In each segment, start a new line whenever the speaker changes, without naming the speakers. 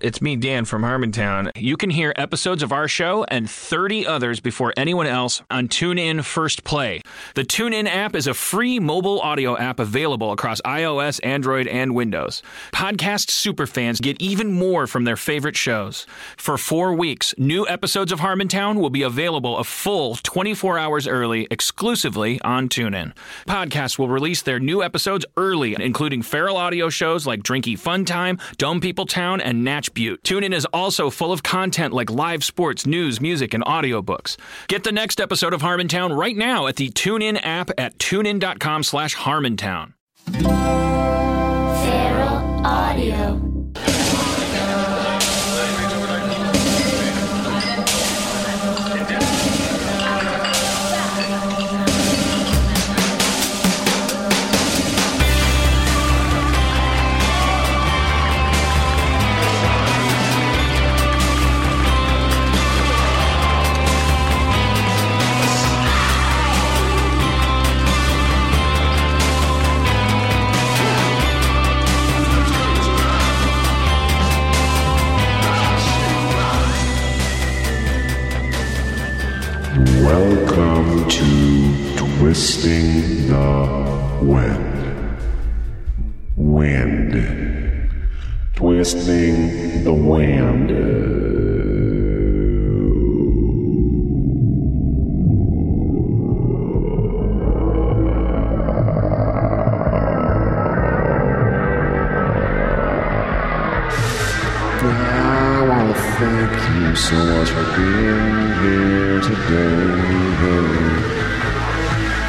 It's me, Dan from Harmontown. You can hear episodes of our show and 30 others before anyone else on TuneIn First Play. The TuneIn app is a free mobile audio app available across iOS, Android, and Windows. Podcast superfans get even more from their favorite shows. For four weeks, new episodes of Harmontown will be available a full 24 hours early exclusively on TuneIn. Podcasts will release their new episodes early, including feral audio shows like Drinky Fun Time, Dome People Town, and Natch Butte. TuneIn is also full of content like live sports, news, music, and audiobooks. Get the next episode of Harmontown right now at the TuneIn app at tunein.com slash harmontown.
Feral Audio.
Welcome to Twisting the Wind. Wind. Twisting the Wind. I want to thank you so much for being here today.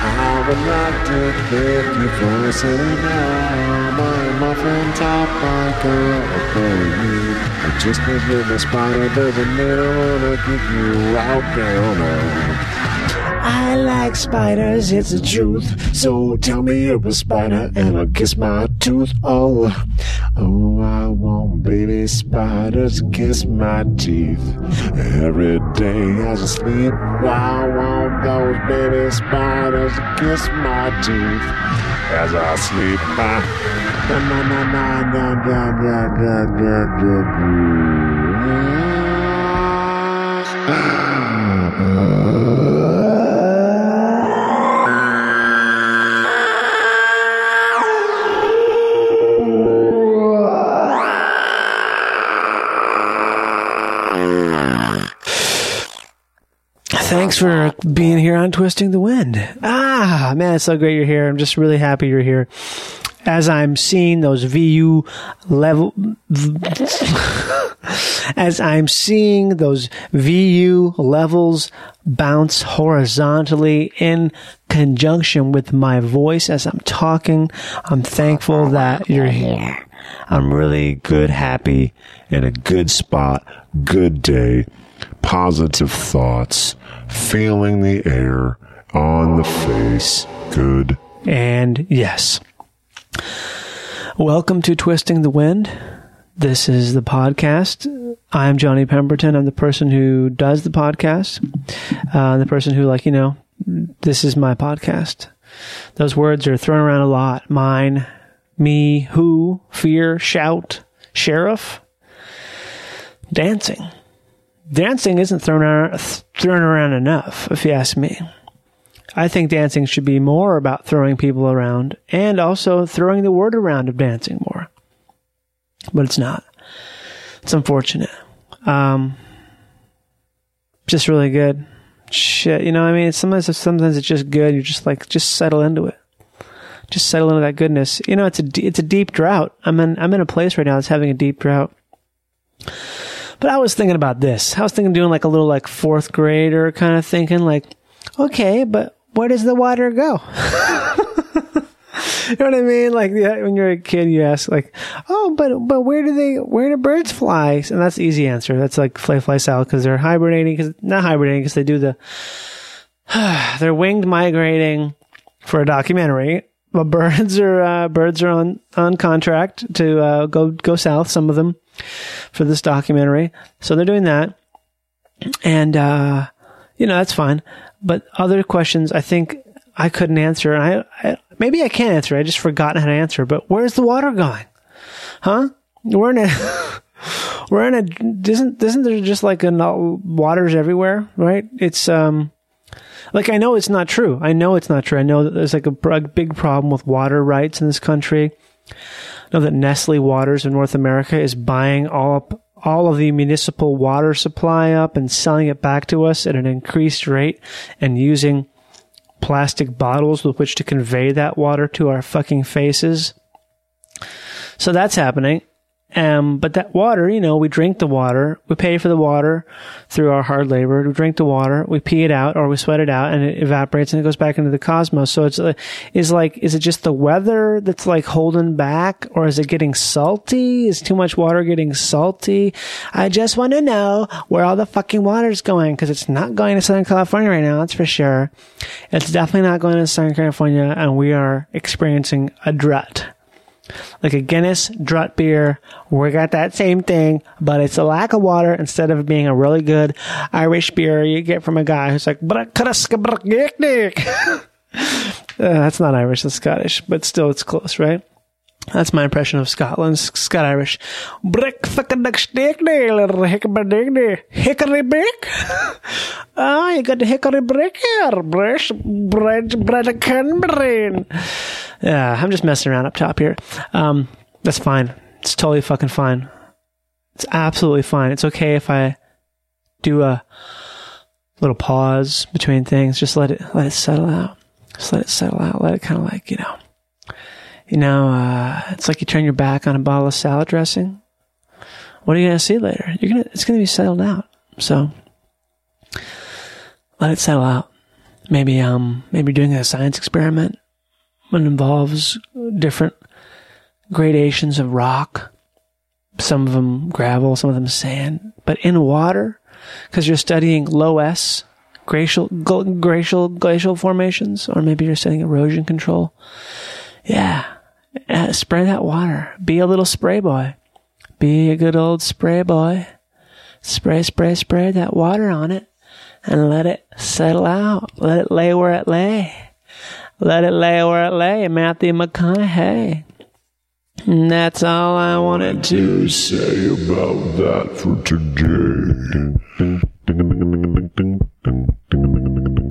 I would like to thank you for listening now. My muffin top, my girl, for you. I just need you the spider, doesn't matter, to get you out there. I like spiders, it's the truth. So tell me you're a spider and I'll kiss my tooth. Oh, oh, I want baby spiders to kiss my teeth. Every day as I sleep, I want those baby spiders to kiss my teeth. As I sleep, my. Na, na, na, na, na, na, na, na, na, Ah.
Thanks for being here on Twisting the Wind. Ah, man, it's so great you're here. I'm just really happy you're here. As I'm seeing those VU level, as I'm seeing those VU levels bounce horizontally in conjunction with my voice as I'm talking, I'm thankful that you're here.
I'm really good, happy, in a good spot, good day, positive thoughts, feeling the air on the face, good.
And yes. Welcome to Twisting the Wind. This is the podcast. I'm Johnny Pemberton. I'm the person who does the podcast. Uh, the person who, like, you know, this is my podcast. Those words are thrown around a lot. Mine, me, who, fear, shout, sheriff, dancing. Dancing isn't thrown around, thrown around enough, if you ask me. I think dancing should be more about throwing people around and also throwing the word around of dancing more. But it's not. It's unfortunate. Um, just really good. Shit, you know, what I mean, it's sometimes it's- sometimes it's just good. You're just like, just settle into it. Just settle into that goodness. You know, it's a d- it's a deep drought. I'm in I'm in a place right now that's having a deep drought. But I was thinking about this. I was thinking doing like a little like fourth grader kind of thinking like, okay, but where does the water go? you know what I mean? Like yeah, when you're a kid, you ask like, oh, but but where do they? Where do birds fly? And that's the easy answer. That's like fly fly salad because they're hibernating. Because not hibernating because they do the they're winged migrating for a documentary. But birds are uh, birds are on on contract to uh, go go south. Some of them for this documentary, so they're doing that, and uh, you know that's fine. But other questions, I think I couldn't answer, and I, I maybe I can answer. I just forgot how to answer. But where's the water going? Huh? We're in a we're in a isn't isn't there just like a no- waters everywhere, right? It's um like I know it's not true. I know it's not true. I know that there's like a, pr- a big problem with water rights in this country. I know that Nestle Waters of North America is buying all up all of the municipal water supply up and selling it back to us at an increased rate and using plastic bottles with which to convey that water to our fucking faces. So that's happening. Um, but that water, you know, we drink the water, we pay for the water through our hard labor, we drink the water, we pee it out or we sweat it out and it evaporates and it goes back into the cosmos. So it's, uh, is like, is it just the weather that's like holding back or is it getting salty? Is too much water getting salty? I just want to know where all the fucking water's going because it's not going to Southern California right now. That's for sure. It's definitely not going to Southern California and we are experiencing a drought like a Guinness draught beer. We got that same thing, but it's a lack of water instead of being a really good Irish beer you get from a guy who's like, uh, that's not Irish, that's Scottish, but still it's close, right? That's my impression of Scotland, Scott Irish. Hickory brick. Ah, you got the hickory brick here. Brush, bread, bread, and canbrain. Yeah, I'm just messing around up top here. Um, that's fine. It's totally fucking fine. It's absolutely fine. It's okay if I do a little pause between things. Just let it let it settle out. Just let it settle out. Let it kind of like you know, you know. Uh, it's like you turn your back on a bottle of salad dressing. What are you gonna see later? You're gonna it's gonna be settled out. So let it settle out. Maybe um maybe doing a science experiment it involves different gradations of rock. Some of them gravel, some of them sand, but in water, because you're studying low S glacial, gl- glacial, glacial formations, or maybe you're studying erosion control. Yeah, Uh, spray that water. Be a little spray boy. Be a good old spray boy. Spray, spray, spray that water on it, and let it settle out. Let it lay where it lay. Let it lay where it lay, Matthew McConaughey. And that's all I wanted to.
to say about that for today.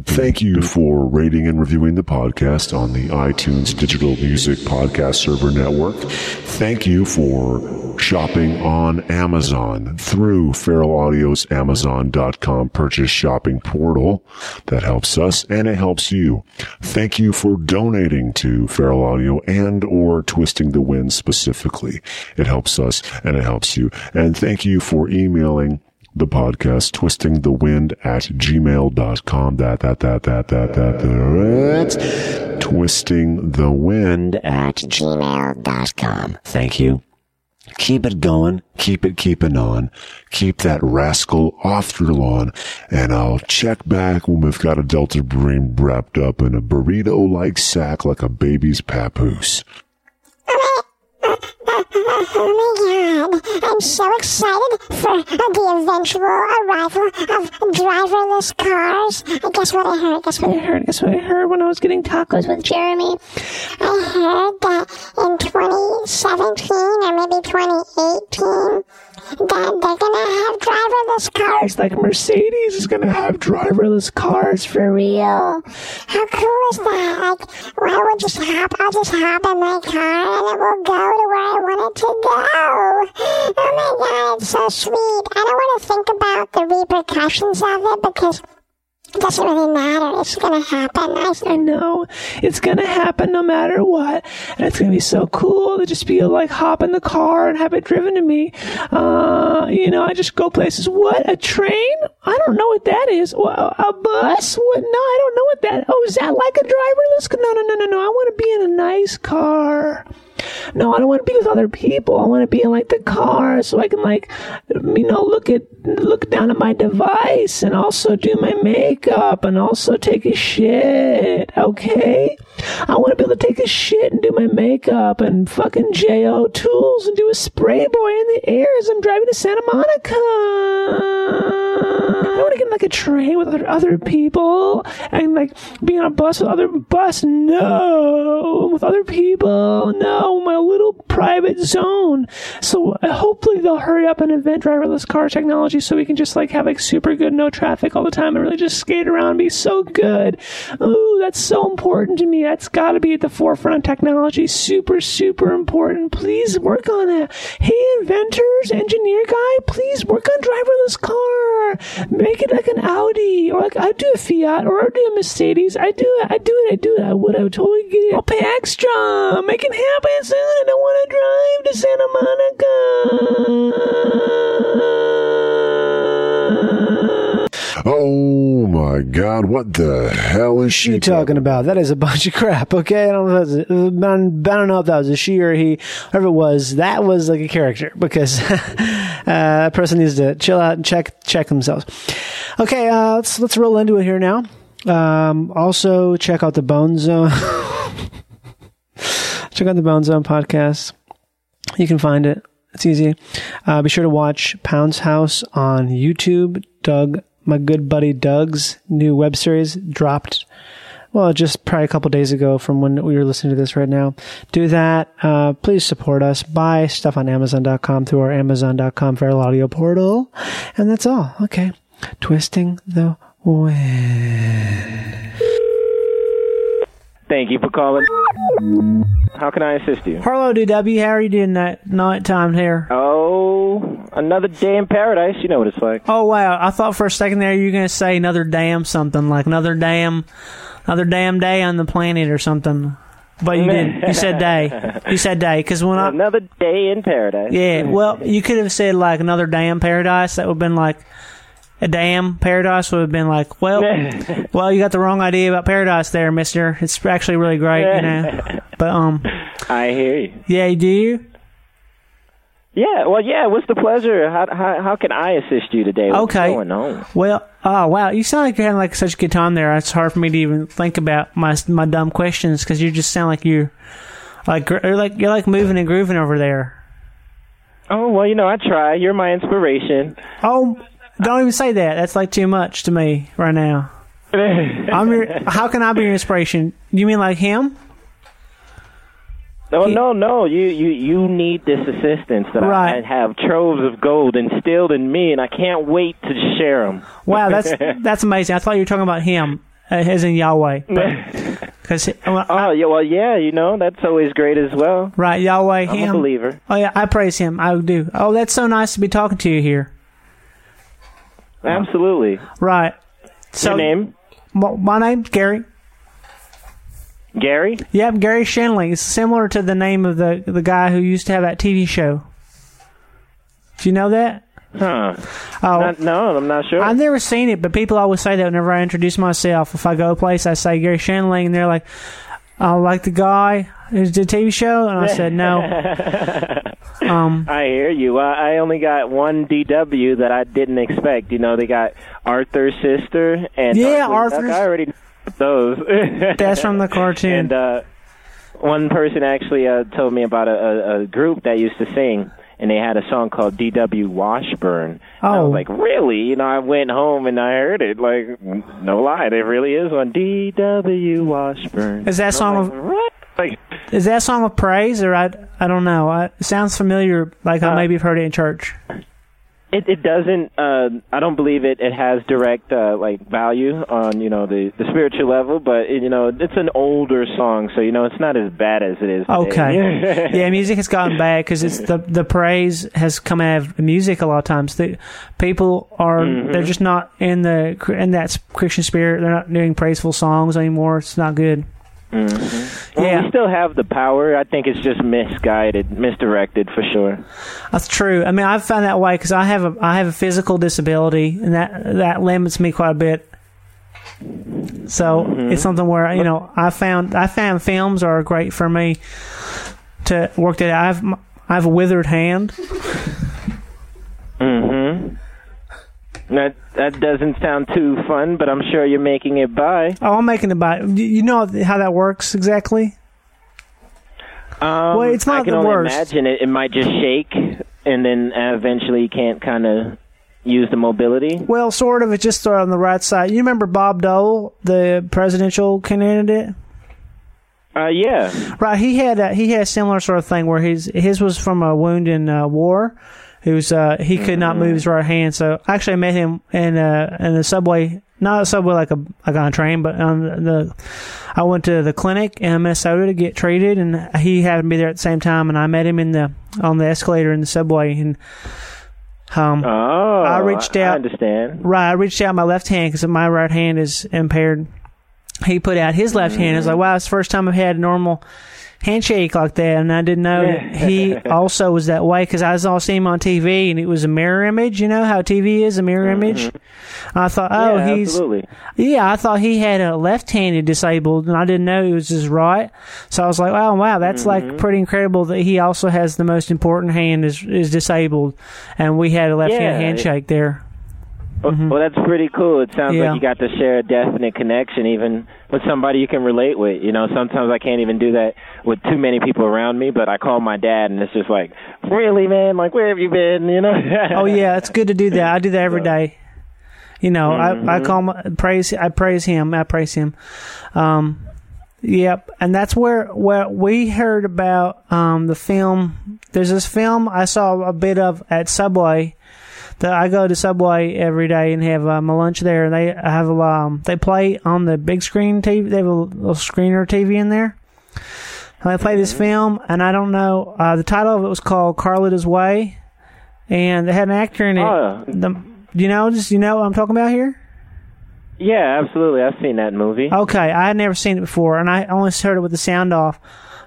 Thank you for rating and reviewing the podcast on the iTunes Digital Music Podcast Server Network. Thank you for shopping on Amazon through Feral Audio's Amazon.com purchase shopping portal. That helps us and it helps you. Thank you for donating to Feral Audio and or Twisting the Wind specifically. It helps us and it helps you. And thank you for emailing the podcast twistingthewind at gmail.com. That, that, that, that, that, that, that, twisting the wind at gmail.com. Thank you. Keep it going. Keep it keeping on. Keep that rascal off your lawn. And I'll check back when we've got a Delta Bream wrapped up in a burrito like sack like a baby's papoose.
Oh my god, I'm so excited for the eventual arrival of driverless cars. And guess what I heard? Guess what I heard?
That's what I heard when I was getting tacos.
With Jeremy, I heard that in 2017 or maybe 2018 that Um, they're gonna have driverless cars.
It's like Mercedes is gonna have driverless cars for real.
How cool is that? Like, well, I will just hop, I'll just hop in my car and it will go to where I want it to go. Oh my god, it's so sweet. I don't want to think about the repercussions of it because it doesn't really matter. It's gonna happen. I
I know it's gonna happen no matter what, and it's gonna be so cool to just be able to, like hop in the car and have it driven to me. Uh, you know, I just go places. What a train? I don't know what that is. Well, a bus? What? No, I don't know what that. Oh, is that like a driverless? ca- No, no, no, no, no. I want to be in a nice car. No, I don't want to be with other people. I want to be in like the car so I can like, you know, look at look down at my device and also do my makeup and also take a shit. Okay, I want to be able to take a shit and do my makeup and fucking Jo tools and do a spray boy in the air as I'm driving to Santa Monica. I don't want to get in like a train with other, other people and like be on a bus with other bus. No, with other people. No, my little private zone. So uh, hopefully they'll hurry up and invent driverless car technology so we can just like have like super good no traffic all the time and really just skate around and be so good. Ooh, that's so important to me. That's got to be at the forefront of technology. Super, super important. Please work on it. Hey, inventors, engineer guy, please work on driverless car. Make it like an Audi or like I do a Fiat or I do a Mercedes. I do it. I do it. I do it. I would. I would totally get it. I'll pay extra. Make it happen soon. I don't want to drive to Santa Monica.
Oh my god, what the hell is she
you talking about? That is a bunch of crap. Okay, I don't know. If that's a, I don't I don't know if that was a she or he, whoever it was. That was like a character because uh, a person needs to chill out and check check themselves. Okay, uh, let's let's roll into it here now. Um, also, check out the Bone Zone. check out the Bone Zone podcast. You can find it. It's easy. Uh, be sure to watch Pound's House on YouTube. Doug, my good buddy Doug's new web series dropped. Well, just probably a couple days ago from when we were listening to this right now. Do that. Uh, please support us. Buy stuff on Amazon.com through our Amazon.com Feral Audio portal. And that's all. Okay. Twisting the wind.
Thank you for calling. How can I assist you?
Harlow DW, how are you doing that night time here?
Oh, another day in paradise. You know what it's like.
Oh wow! I thought for a second there you were gonna say another damn something like another damn, another damn day on the planet or something. But you didn't. You said day. You said day because when I
Another day in paradise.
yeah, well, you could have said like another damn paradise. That would have been like a damn paradise would have been like well, well, you got the wrong idea about paradise there, Mister. It's actually really great, you know. But um,
I hear you.
yeah, do you?
Yeah, well, yeah. What's the pleasure? How how, how can I assist you today? What's
Okay.
going on?
Well, oh wow, you sound like you're having like such a good time there. It's hard for me to even think about my my dumb questions because you just sound like you're like gr- you're like you're like moving and grooving over there.
Oh well, you know I try. You're my inspiration.
Oh, don't even say that. That's like too much to me right now. I'm your. How can I be your inspiration? You mean like him?
No, Oh, no, no. You you you need this assistance that I- I,
Right.
have troves of gold instilled in me, and I can't wait to share them.
Wow, that's that's amazing. I thought you were talking about him, uh, as in Yahweh, because Uh,
oh yeah, well yeah. You know that's always great as well.
right Yahweh
I'm
him.
a believer.
Oh yeah, I praise him. I do. Oh, that's so nice to be talking to you here.
Absolutely.
Right. So
Your name?
My, my name's Gary.
Gary?
Yep, Gary Shanley. It's similar to the name of the the guy who used to have that TV show. Do you know that?
Huh.
Oh,
Not, no, I'm not sure.
I've never seen it, but people always say that whenever I introduce myself. If I go a place, I say Gary Shanley, and they're like, "I like the guy who did the TV show," and I said, "No." um,
I hear you. Uh, I, I only got one DW that I didn't expect. You know, they got Arthur's sister and
Yeah,
Darkwing Duck.
Arthur's-
I already know those.
that's from the cartoon.
and uh, one person actually uh, told me about a, a, a group that used to sing, and they had a song called D.W. Washburn. And I
Oh.
was like, really? You know, I went home and I heard it. Like, no lie, there really is one. D.W. Washburn.
Is that
And I'm
song
Like, what? Like,
Is that song of praise, or I, I don't know. I, it sounds familiar, like
Uh,
I maybe have heard it in church.
It it doesn't. Uh, I don't believe it. It has direct uh, like value on you know the the spiritual level, but it, you know it's an older song, so you know it's not as bad as it is. today.
Okay. yeah, music has gotten bad because it's the the praise has come out of music a lot of times. The people are they're
Mm-hmm.
just not in the in that Christian spirit. They're not doing praiseful songs anymore. It's not good.
Mm-hmm. Well,
Yeah,
We still have the power. I think it's just misguided, misdirected for sure.
that's true. I mean, I've found that way because I have a I have a physical disability, and that that limits me quite a bit. So
Mm-hmm.
it's something where you know I found I found films are great for me to work that out. I've I have a withered hand.
Mm-hmm. That that doesn't sound too fun, but I'm sure you're making it by.
Oh, I'm making it by. You you know how that works exactly.
Um,
Well, it's
I
not
can
the
only
worst.
uh, imagine it. It might just shake, and then eventually you can't kind of use the mobility.
Well, sort of. It's just on the right side. You remember Bob Dole, the presidential candidate?
Uh, yeah.
Right. He had a, he had a similar sort of thing where his his was from a wound in uh, war. Who's uh, he could not move his right hand. So actually, I met him in uh, in the subway, not a subway like a like on a train, but on the. I went to the clinic in Minnesota to get treated, and he happened to be there at the same time. And I met him in the on the escalator in the subway, and um,
Oh,
I reached out-
I understand.
Right, I reached out my left hand because my right hand is impaired. He put out his left hand.
Mm-hmm.
It's like, wow, it's the first time I've had a normal handshake like that, and I didn't know that he also was that way because I was all seeing him on TV, and it was a mirror image. You know how TV is a mirror image. I thought, oh,
Mm-hmm. yeah,
he's
absolutely.
yeah, I thought he had a left-handed disabled, and I didn't know it was his right. So I was like, "Wow, wow, that's
Mm-hmm.
like pretty incredible that he also has the most important hand is is disabled, and we had a left-hand
Yeah, it-
handshake there."
Well, Well, that's pretty cool. It sounds
Mm-hmm. Yeah.
like you got to share a definite connection, even with somebody you can relate with. You know, sometimes I can't even do that with too many people around me. But I call my dad, and it's just like, really, man, like where have you been? You know?
oh yeah, it's good to do that. I do that every day. You know, I I call my, praise I praise him. I praise him. Um, yep, and that's where where we heard about um the film. There's this film I saw a bit of at Subway. That I go to Subway every day and have uh, my lunch there. And they have um they play on the big screen TV. They have a little screener TV in there. And they play this film, and I don't know uh, the title of it was called Carlotta's Way and they had an actor in it.
Oh.
The, you know, just you know what I'm talking about here.
Yeah, absolutely. I've seen that movie.
Okay, I had never seen it before, and I only heard it with the sound off.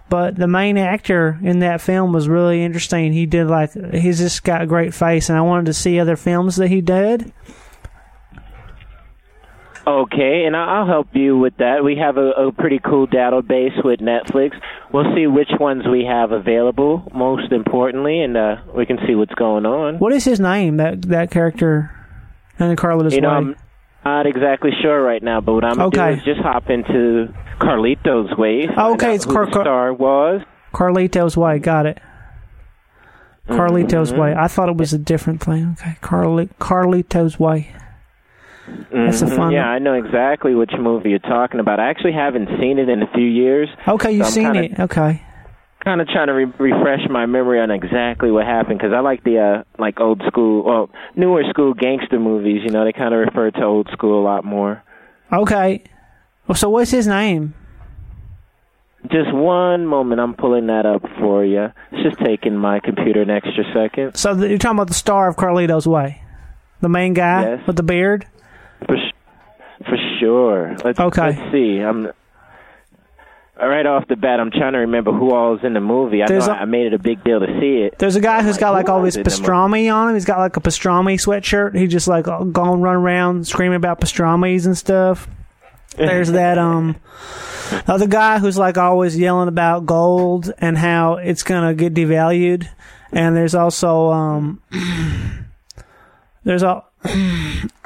But the main actor in that film was really interesting. He did like he's just got a great face, and I wanted to see other films that he did.
Okay, and I- I'll help you with that. We have a, a pretty cool database with Netflix. We'll see which ones we have available, most importantly, and uh, we can see what's going on.
What is his name? That that character in the Carlita's
You know,
Way.
I'm not exactly sure right now, but what I'm gonna
Okay.
do is just hop into Carlito's Way. find
Oh, okay,
out
it's
who
Car-
the
Car-
star was.
Carlito's Way. Got it.
Mm-hmm.
Carlito's Way. I thought it was a different thing. Okay, Carli- Carlito's Way. That's a
Mhm,
fun.
Yeah, I know exactly which movie you're talking about. I actually haven't seen it in a few years.
Okay, you've
I'm
seen
kinda-
it. Okay.
kind of trying to re- refresh my memory on exactly what happened because I like the uh, like old school, well, newer school gangster movies. You know, they kind of refer to old school a lot more.
Okay. Well, so what's his name?
Just one moment, I'm pulling that up for you. It's just taking my computer an extra second.
So the, you're talking about the star of Carlito's Way, the main guy
Yes.
with the beard.
For sh- for sure. Let's,
Okay.
Let's see. I'm. uh, Right off the bat, I'm trying to remember who all is in the movie. I know
There's
I
a-
made it a big deal to see it.
There's a guy who's got
Like,
like
who
all
was
this
it that mo-
pastrami on him. He's got like a pastrami sweatshirt. He just like all- gone run around screaming about pastrami's and stuff. There's that um the other guy who's like always yelling about gold and how it's gonna get devalued. And there's also um there's all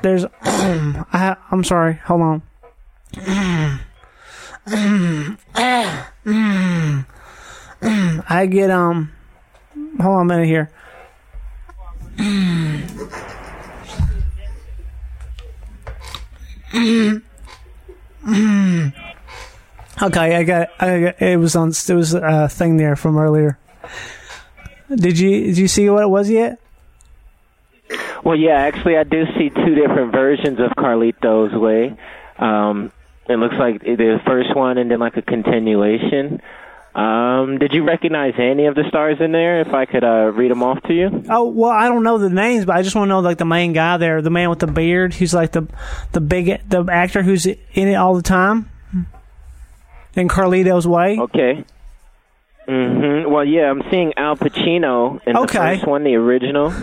there's I I'm sorry, hold on. I get um hold on a minute here. Okay, I got, I got it was on it was a thing there from earlier. Did you did you see what it was yet?
Well, yeah, actually, I do see two different versions of Carlito's Way. Um, it looks like the first one and then like a continuation. Um, did you recognize any of the stars in there? If I could uh, read them off to you.
Oh well, I don't know the names, but I just want to know like the main guy there, the man with the beard, who's like the the big the actor who's in it all the time. In Carlito's way.
Okay. hmm Well, yeah, I'm seeing Al Pacino in
Okay.
the first one, the original.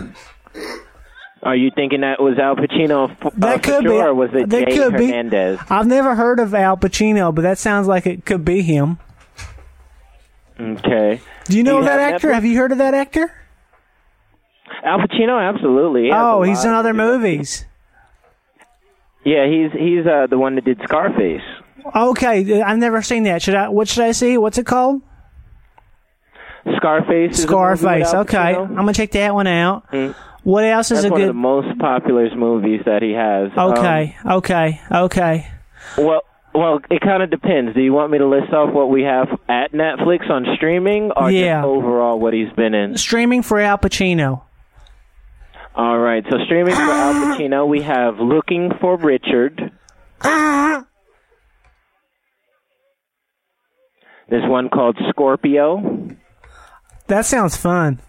Are you thinking that was Al Pacino? f- uh,
That
for
could be-
sure, or was it
that
Jay
could be.
Hernandez?
I've never heard of Al Pacino, but that sounds like it could be him.
Okay.
Do you know
you
that
have
actor?
Netflix?
Have you heard of that actor?
Al Pacino, absolutely. He has
oh,
a
he's
lot
in
of-
other movies.
Yeah, he's he's uh, the one that did Scarface.
Okay, I've never seen that. Should I? What should I see? What's it called?
Scarface. Is a movie
Scarface.
with Al
Okay, I'm
Pacino. Hmm.
gonna check that one out. What else is
That's
a
one
good?
of the most popular movies that he has. Um,
okay, okay, okay.
well, well, it kind of depends. Do you want me to list off what we have at Netflix on streaming, or
Yeah.
just overall what he's been in?
Streaming for Al Pacino.
All right, so streaming for Al Pacino, we have Looking for Richard. There's one called Scorpio.
That sounds fun.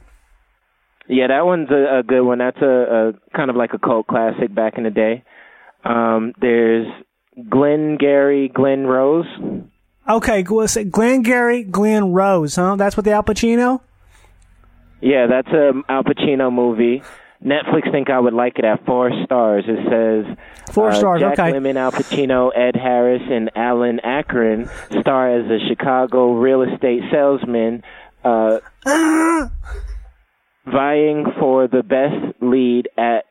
Yeah, that one's a, a good one. That's a, a kind of like a cult classic back in the day. Um, there's Glenn Gary, Glenn Rose.
Okay, what's it? Glenn Gary, Glenn Rose, huh? That's what the Al Pacino.
Yeah, that's a Al Pacino movie. Netflix think I would like it at four stars. It says
Four
uh,
stars.
Jack
okay.
Lemmon, Al Pacino, Ed Harris, and Alan Akron star as a Chicago real estate salesman, uh, vying for the best lead at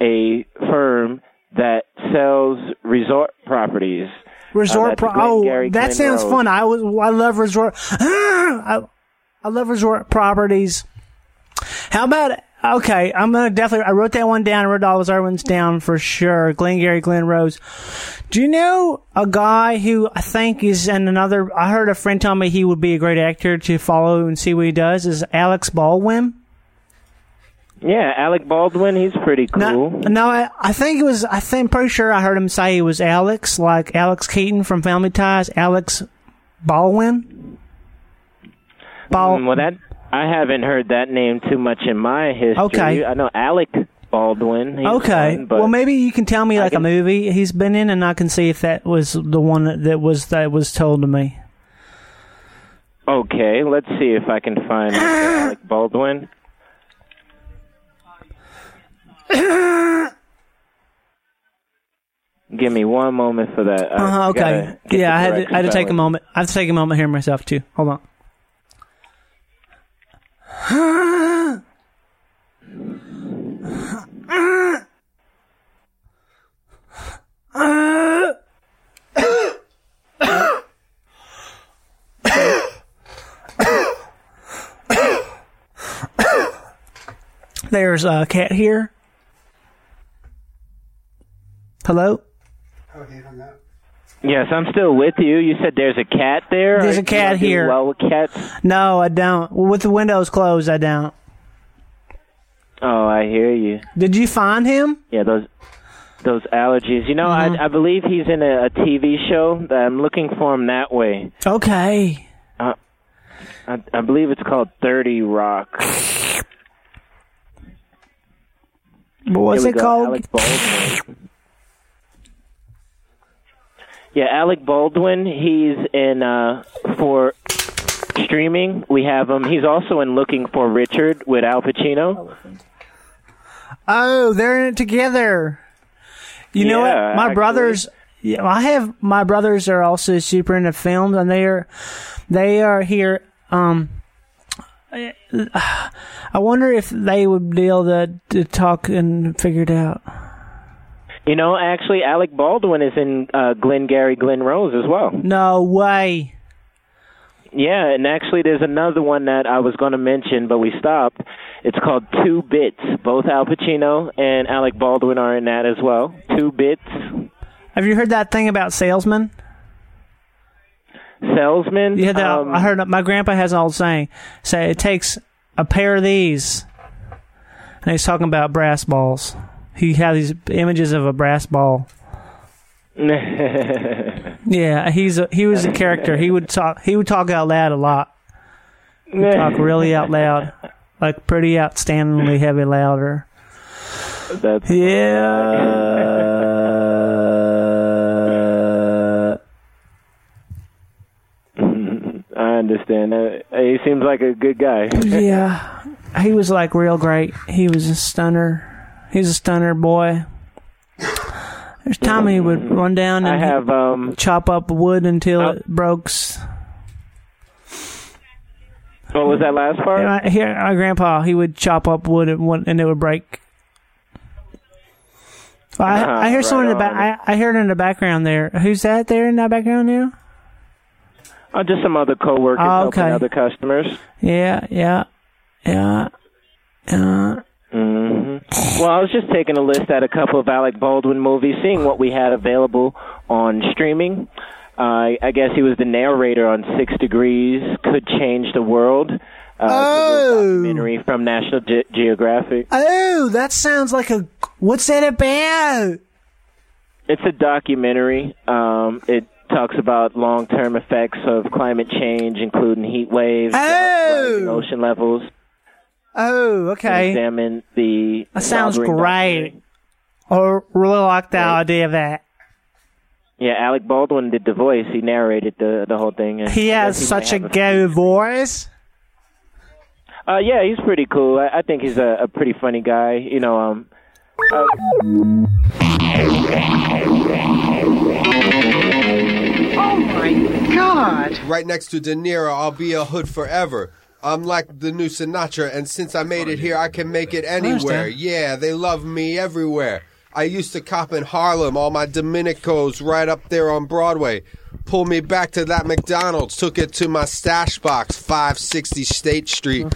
a firm that sells resort properties.
Resort.
that's
pro-
Glenn
oh,
Gary,
that
Glenn
sounds
Rose.
fun. I was. I love resort. I, I love resort properties. How about? Okay, I'm gonna definitely. I wrote that one down. I wrote all those other ones down for sure. Glenn Gary, Glenn Rose. Do you know a guy who I think is in another? I heard a friend tell me he would be a great actor to follow and see what he does. Is Alex Baldwin?
Yeah, Alec Baldwin, he's pretty cool.
No, no, I, I think it was. I think pretty sure I heard him say it was Alex, like Alex Keaton from Family Ties, Alex Baldwin. Bal-
Mm, Well, that I haven't heard that name too much in my history.
Okay.
I know Alec Baldwin. he's
okay.
one, but
Well, maybe you can tell me like
can-
a movie he's been in, and I can see if that was the one that was that was told to me.
Okay, let's see if I can find Alec Baldwin. Give me one moment for that. I
Uh, okay.
gotta get
Yeah,
the
I had to, I had to
directions
take
that
a
way.
moment. I have to take a moment here myself too. Hold on. There's a cat here. Hello?
Yes, I'm still with you. You said there's a cat there.
There's
Are
a cat
you doing
here.
Well, with cats.
No, I don't. With the windows closed, I don't.
Oh, I hear you.
Did you find him?
Yeah, those those allergies. You know,
Uh-huh.
I I believe he's in a, a TV show. I'm looking for him that way.
Okay.
I, I believe it's called Thirty Rock.
But what's
Here we
it
go,
called?
Alec Baldwin. yeah, Alec Baldwin. He's in uh, for streaming. We have him. He's also in Looking for Richard with Al Pacino.
Oh, they're in it together. You know
Yeah,
what? My
actually.
brothers. Yeah, I have my brothers are also super into films, and they are they are here. Um, I wonder if they would be able to, to talk and figure it out.
You know, actually, Alec Baldwin is in uh, Glenn Gary, Glenn Rose as well.
No way.
Yeah, and actually, there's another one that I was going to mention, but we stopped. It's called Two Bits. Both Al Pacino and Alec Baldwin are in that as well. Two Bits.
Have you heard that thing about salesmen?
Salesman.
Yeah, that,
um,
I heard my grandpa has an old saying. Say it takes a pair of these, and he's talking about brass balls. He had these images of a brass ball. Yeah, he's a, he was a character. He would talk. He would talk out loud a lot. He'd talk really out loud, like pretty outstandingly heavy louder.
That's,
Yeah.
I understand. Uh, he seems like a good guy.
yeah, he was like real great. He was a stunner. He's a stunner boy. There's time he would run down
I
and
have um.
chop up wood until
Oh.
it breaks.
What was that last
And
part?
I, here, my grandpa, he would chop up wood and, one, and it would break. I, I hear
Uh-huh, Right
someone in the
on.
back. I, I heard in the background there. Who's that there in that background now?
Oh, just some other coworkers
Oh,
helping
okay.
other customers.
Yeah, yeah, yeah, yeah.
hmm
Well, I was just taking a list at a couple of Alec Baldwin movies, seeing what we had available on streaming. Uh, I guess he was the narrator on Six Degrees, Could Change the World. Uh,
Oh.
documentary from National Ge- Geographic.
Oh, that sounds like a. What's that about?
It's a documentary. Um, it talks about long-term effects of climate change, including heat waves,
Oh.
rising ocean levels.
Oh, okay.
Examine the.
That sounds
Valkyrie
great.
documentary.
I really like the idea of that.
Yeah, Alec Baldwin did the voice. He narrated the the whole thing. and
He
I
has
guess he
such a
might have
go voice.
Uh, yeah, he's pretty cool. I, I think he's a, a pretty funny guy. You know, um,
Right next to De Niro, I'll be a hood forever. I'm like the new Sinatra, and since I made it here, I can make it anywhere.
understand.
Yeah, they love me everywhere. I used to cop in Harlem, all my Dominicos right up there on Broadway. Pulled me back to that McDonald's, took it to my stash box, 560 State Street.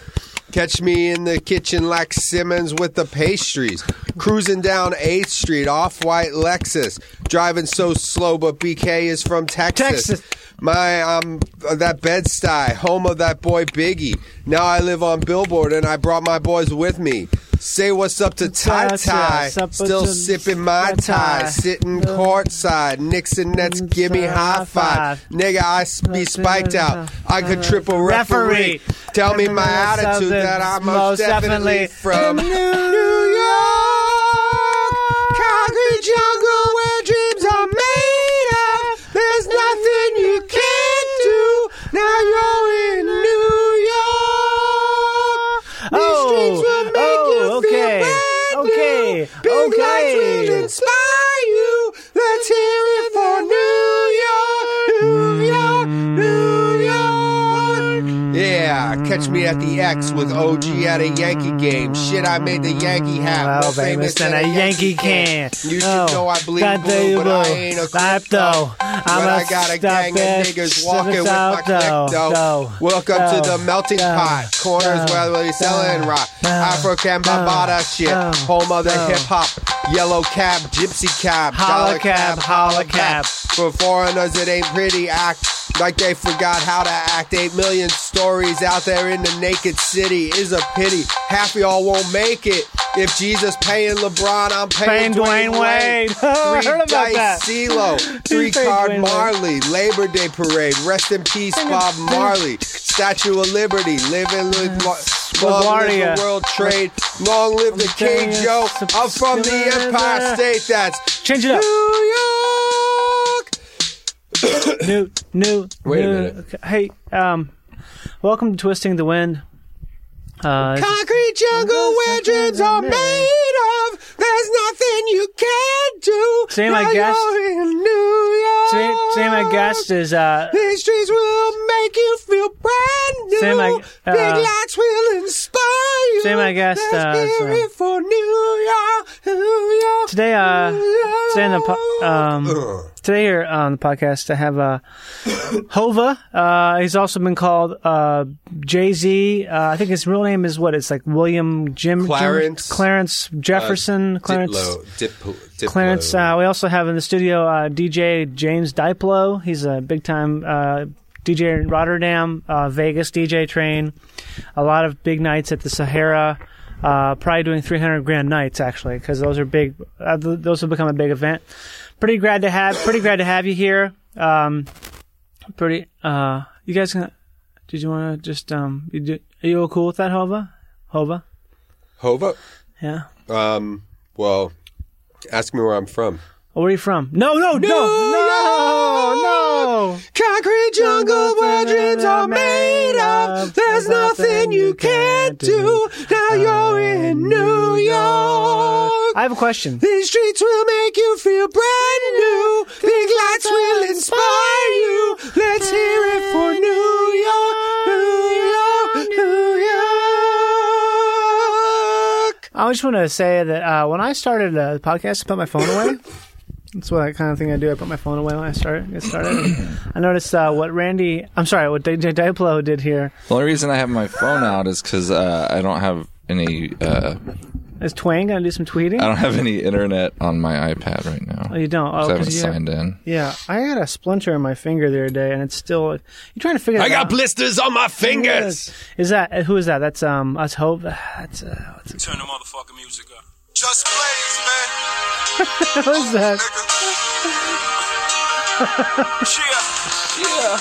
Catch me in the kitchen like Simmons with the pastries. Cruising down 8th Street, off white Lexus. Driving so slow, but BK is from
Texas.
my um that Bed-Stuy, home of that boy Biggie. Now I live on Billboard and I brought my boys with me. Say what's up to Ty
What's
Ty.
up to
Still sipping my
Mai Tai.
tie. Sitting courtside. Nixon Nets
Mm,
give me high five. Nigga, I s- be spiked out. I could triple referee.
uh, Referee.
Tell me my
Something
attitude that I'm most
most definitely
definitely from New York. Concrete jungle where dreams are made of. There's nothing you can't do. Now you're in New York. These
Oh,
streets will make
oh,
you
okay,
feel brand
okay,
new. Big
okay.
lights will inspire you. Let's hear it for New York, New York, New York. Yeah, catch me at the X with OG at a Yankee game. Shit, I made the Yankee hat.
Oh,
More
baby,
famous
than a Yankee can.
You
oh,
should know I bleed
that
blue,
day
but
blue.
I ain't a
That
crypto.
though. I'm
but
a
I got a gang of
stupid
niggas walking with my
stupid though, though,
klecto. Welcome
though,
to the melting
though,
pot. Corners
though,
where they selling
though,
rock.
though,
African Barbada shit.
though,
Home of the
though.
hip hop. Yellow cab, gypsy cab.
Holla
dollar
cab, holla
back.
cab.
For foreigners, it ain't pretty act. Like they forgot how to act. Eight million stories out there in the naked city is a pity. Half of y'all won't make it. If Jesus paying LeBron, I'm paying,
Paying Dwayne Wade. I
Three
heard about
dice
that.
CeeLo. Three
paying
card
Dwayne Wade.
Marley. Labor Day parade. Rest in peace, Bob Marley. Statue of Liberty. Living
Mm-hmm.
with Mar- long live
LaGuardia.
the World Trade. Long live the King
Darius
Joe. I'm from the Empire
Subscriber.
State. That's
Change it
New
up.
York.
New, new.
Wait a
new-
minute.
okay, Hey, um, welcome to Twisting the Wind. Uh, this is-
Concrete jungle where dreams are made of. There's nothing you can't do.
Today my
Now
guest-
you're in New York.
today, today my guest is uh,
These streets will make you feel brand new.
Today my- uh,
Big lights will inspire you.
today my guest,
Let's
uh, is,
hear
uh,
it for New York, New York.
today uh, today in the po- um,
Ugh.
today here on the podcast I have uh, Hova. Uh, he's also been called uh, Jay Z. Uh, I think his real name is what? It's like William Jim Jim-
Clarence, Uh,
Clarence Jefferson Clarence. Clarence. Uh, we also have in the studio uh, DJ James Diplo. He's a big time uh, DJ in Rotterdam, uh, Vegas DJ train. A lot of big nights at the Sahara. Uh, probably doing 300 grand nights actually, because those are big. Uh, th- those have become a big event. Pretty glad to have. Pretty glad to have you here. Um, pretty. Uh, you guys gonna? Did you want to just um? You do, are you all cool with that, Hova? Hova?
Hova.
Yeah.
Um. Well, ask me where I'm from.
Oh, where are you from? No, no, no, no, no.
Concrete jungle where dreams are made of. There's nothing you can't do. Now you're in New York.
Uh, I have a question.
These streets will make you feel brand new. Big lights will inspire you. Let's hear it for New York, New York, New York.
I just want to say that uh, when I started uh, the podcast, I put my phone away. That's what I kind of thing I do. I put my phone away when I start get started. I noticed uh, what Randy, I'm sorry, what DJ Diplo did here.
The only reason I have my phone out is because uh, I don't have any uh,
Is Twain gonna do some tweeting?
I don't have any internet on my iPad right now.
Oh, you don't. Oh,
I haven't
'cause you-
signed in.
Yeah, I had a splinter in my finger the other day, and it's still. You trying to figure? That
I got
out.
blisters on my fingers.
Is is that who is that? That's um. That's hope. That's uh, what's it-
Turn the motherfucking music up. Just blaze, man.
who is that?
Yeah,
Yeah,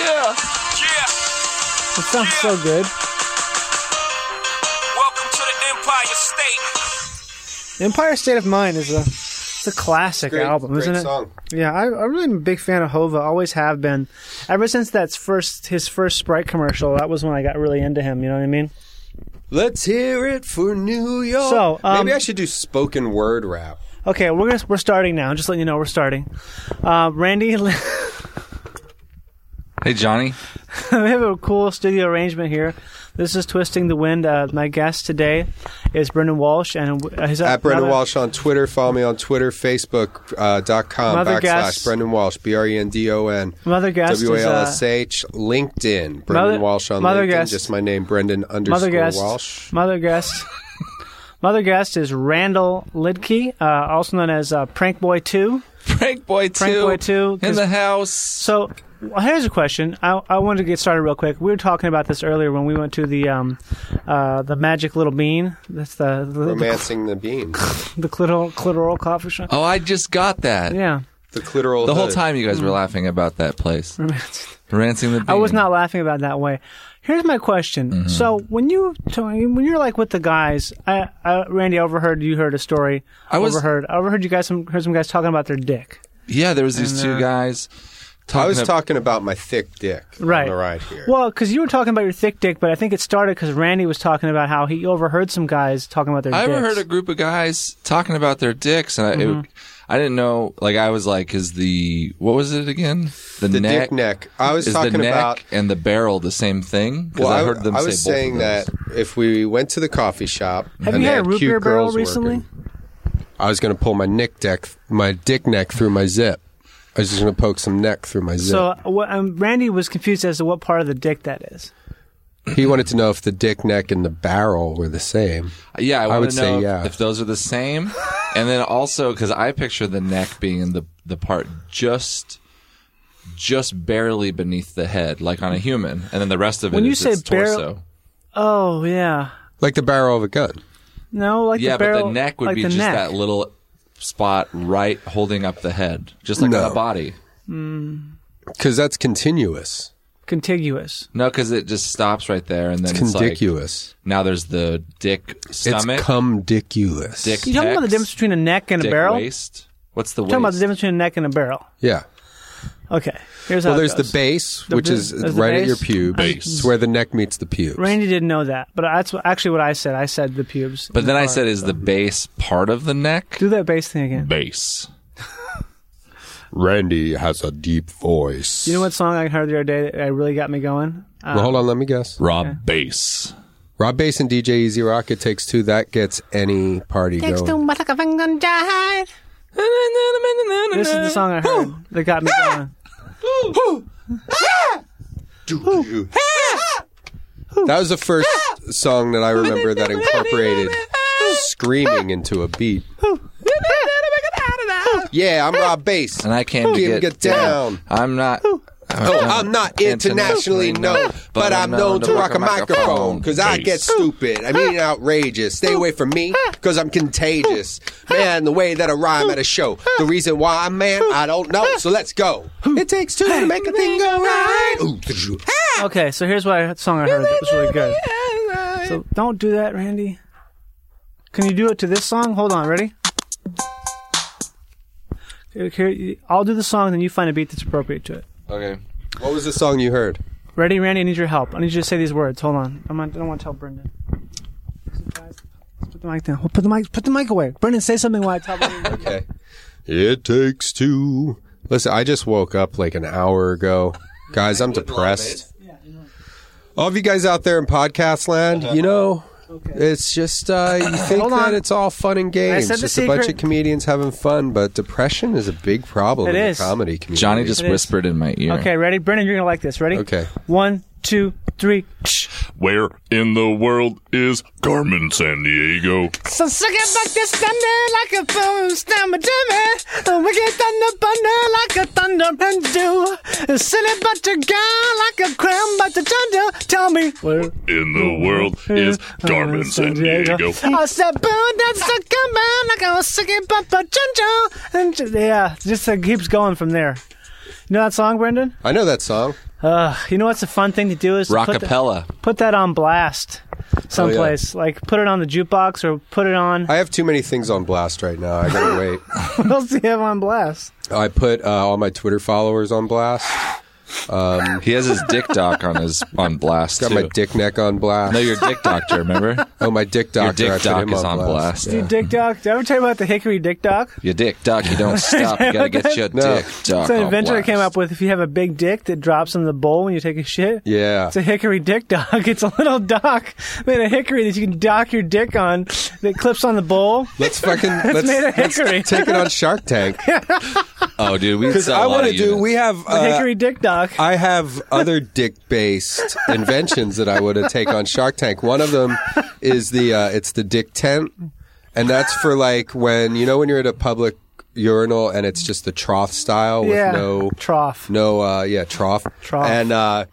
yeah,
yeah.
yeah.
It sounds so good.
Welcome to the Empire State.
Empire State of Mind is a it's a classic
Great,
album,
great
isn't it?
song.
Yeah, I, I'm really a big fan of Hova. Always have been. Ever since that's first his first Sprite commercial, that was when I got really into him. You know what I mean?
Let's hear it for New York.
So, um,
maybe I should do spoken word rap.
Okay, we're gonna, we're starting now. Just letting you know we're starting. Uh, Randy, we
Hey Johnny,
have a cool studio arrangement here. This is Twisting the Wind. Uh, my guest today is Brendan Walsh, and uh, his
At Brendan
another-
Walsh on Twitter. Follow me on Twitter, Facebook, uh, dot com
Another
backslash
guest-
Brendan Walsh, B R E N D O N.
Mother guest is, uh,
W A L S H LinkedIn. Brendan
Mother-
Walsh on
Mother
LinkedIn.
guest-
Just my name, Brendan underscore
Mother guest.
Walsh.
Mother guest. Mother guest is Randall Lidke, uh, also known as uh, Prank Boy Two.
Prank Boy Two,
Prank Boy 2,
in
'cause-
the house.
So well, here's a question. I, I wanted to get started real quick. We were talking about this earlier when we went to the um, uh, the Magic Little Bean. That's the the, the,
Romancing the bean.
the clitoral, clitoral coffee shop.
Oh, I just got that.
Yeah,
The clitoral.
The whole
hood.
time you guys were laughing about that place. Rancing the
Mm. I was
Bean.
not laughing about it that way. Here's my question. So when you when you're like with the guys, I, I, Randy I overheard you heard a story.
I was-
overheard. I overheard you guys some heard some guys talking about their dick.
Yeah, there was these two
uh,
guys talking.
I was
ab-
talking about my thick dick
Right.
on the ride here.
Well, because you were talking about your thick dick, but I think it started because Randy was talking about how he overheard some guys talking about their.
I
dicks. Mm-hmm.
overheard a group of guys talking about their dicks, and I, it, I didn't know. Like, I was like, "Is the what was it again? The,
the
neck?
dick neck. I was
is
talking
the neck
about.
and the barrel the same thing?" Because I heard them.
I
say
was
both of
saying
those.
that if we went to the coffee shop,
Have
and
you had
they
a
had
root
cute
beer barrel
girls
recently?
working, I was going to pull my neck deck, my dick neck through my zip. I was just going to poke some neck through my zip.
So uh, what, um, Randy was confused as to what part of the dick that is.
he wanted to know if the dick neck and the barrel were the same.
Yeah, I,
I
want
would
to
say
know if-
yeah.
if those are the same, and then also because I picture the neck being in the the part just just barely beneath the head, like on a human, and then the rest of it
When you
is
say
its
barrel-
torso.
Oh yeah,
Like the barrel of a gun.
no, like
yeah,
the barrel,
but the neck would
like
be
the
just
neck.
that little spot right holding up the head, just like
No.
on a body.
Because that's continuous.
contiguous.
No, because it just stops right there, and then it's, like
Condicuous.
now there's the dick stomach,
it's cumdicuous.
dick.
You talking about the
pecs,
difference between a neck and a
dick
barrel?
waist? What's the
Talking about
waist?
the difference between a neck and a barrel.
Yeah.
Okay, here's
Well,
how. it
there's the
goes.
base, which
ba-
is
there's the
right at
base.
your pubes.
Base.
It's where the neck meets the pubes.
Randy didn't know that, but that's what, actually what I said. I said the pubes.
But then I
Alright,
said, is
so-
the base part of the neck?
do that bass thing again.
Base.
Randy has a deep voice.
You know what song I heard the other day that really got me going? Uh,
Well, hold on, let me guess.
Rob Base.
Rob Bass and DJ Easy Rocket takes two. That gets any party going.
This is the song I heard that got me going.
That was the first song that I remember that incorporated screaming into a beat. Yeah, I'm Rob Bass.
And I came to
Get-
get,
get down.
I'm not.
Oh, I'm not internationally known, but I'm known to rock a microphone because I get stupid. I mean, outrageous. Stay away from me because I'm contagious. Man, the way that I rhyme at a show. The reason why, man, I don't know. So let's go. It takes two to make a thing go right. Ooh, th-
Okay, so here's what I, song I heard that was really good. So don't do that, Randy. Can you do it to this song? Hold on, ready? Here- here, I'll do the song, then you find a beat that's appropriate to it.
Okay.
What was the song you heard?
Ready, Randy? I need your help. I need you to say these words. Hold on. I'm on I don't want to tell Brendan. Put the mic down. Put the mic. Put the mic away. Brendan, say something while I tell Brendan.
Okay. It takes two. Listen, I just woke up like an hour ago. Guys, I'm depressed. All of you guys out there in podcast land, you know, it's just, uh, you think
Hold
that
on.
it's all fun and games.
said the
Just a bunch
secret.
of comedians having fun, but depression is a big problem
It
in
is.
the comedy community.
Johnny just
It is.
whispered in my ear.
okay, ready, Brendan? You're gonna like this. Ready?
Okay.
One, two, three.
Where in the world is Carmen San Diego?
So suck it back this thunder like a boom stammer dummy. The wicked thunder thunder like a thunder and do. Silly but a guy like a cram but a thunder. Tell me where
In the world is Carmen San Diego?
I said boom that's a coming like a sicky but a ginger. And ju- yeah, just uh, keeps going from there. You know that song, Brendan?
I know that song.
Uh, you know what's a fun thing to do is to put the-
Rockapella.
put that on blast someplace like put it on the jukebox or put it on
Oh, I have too many things on blast right now. I gotta wait.
what else do you have on blast
I put uh, all my Twitter followers on blast.
He has his dick doc on his on blast.
Got
too.
my dick neck on blast.
No, your dick doctor. Remember
oh, my dick
your
doctor. I put
dick doc
him
is on blast.
dude dick doc did i ever tell you about the hickory dick doc
Your dick doc. You don't stop. You gotta get your
Uh, No.
dick doc. Oh,
it's an
on
invention I
blast.
came up with. If you have a big dick that drops in the bowl when you take a shit,
Yeah.
it's a hickory dick dock. It's a little dock made of hickory that you can dock your dick on that clips on the bowl.
Let's fucking let's,
made of
let's
hickory.
take it on Shark Tank.
Oh, dude, we
Because
sell
I
a lot
want to
of
do.
units.
We have.
The
Uh,
hickory dick dock.
I have other dick-based inventions that I want to take on Shark Tank. One of them is the uh, it's the dick tent, and that's for like when you know when you're at a public urinal and it's just the trough style with
yeah.
no
trough.
no uh yeah trough
Trough.
and uh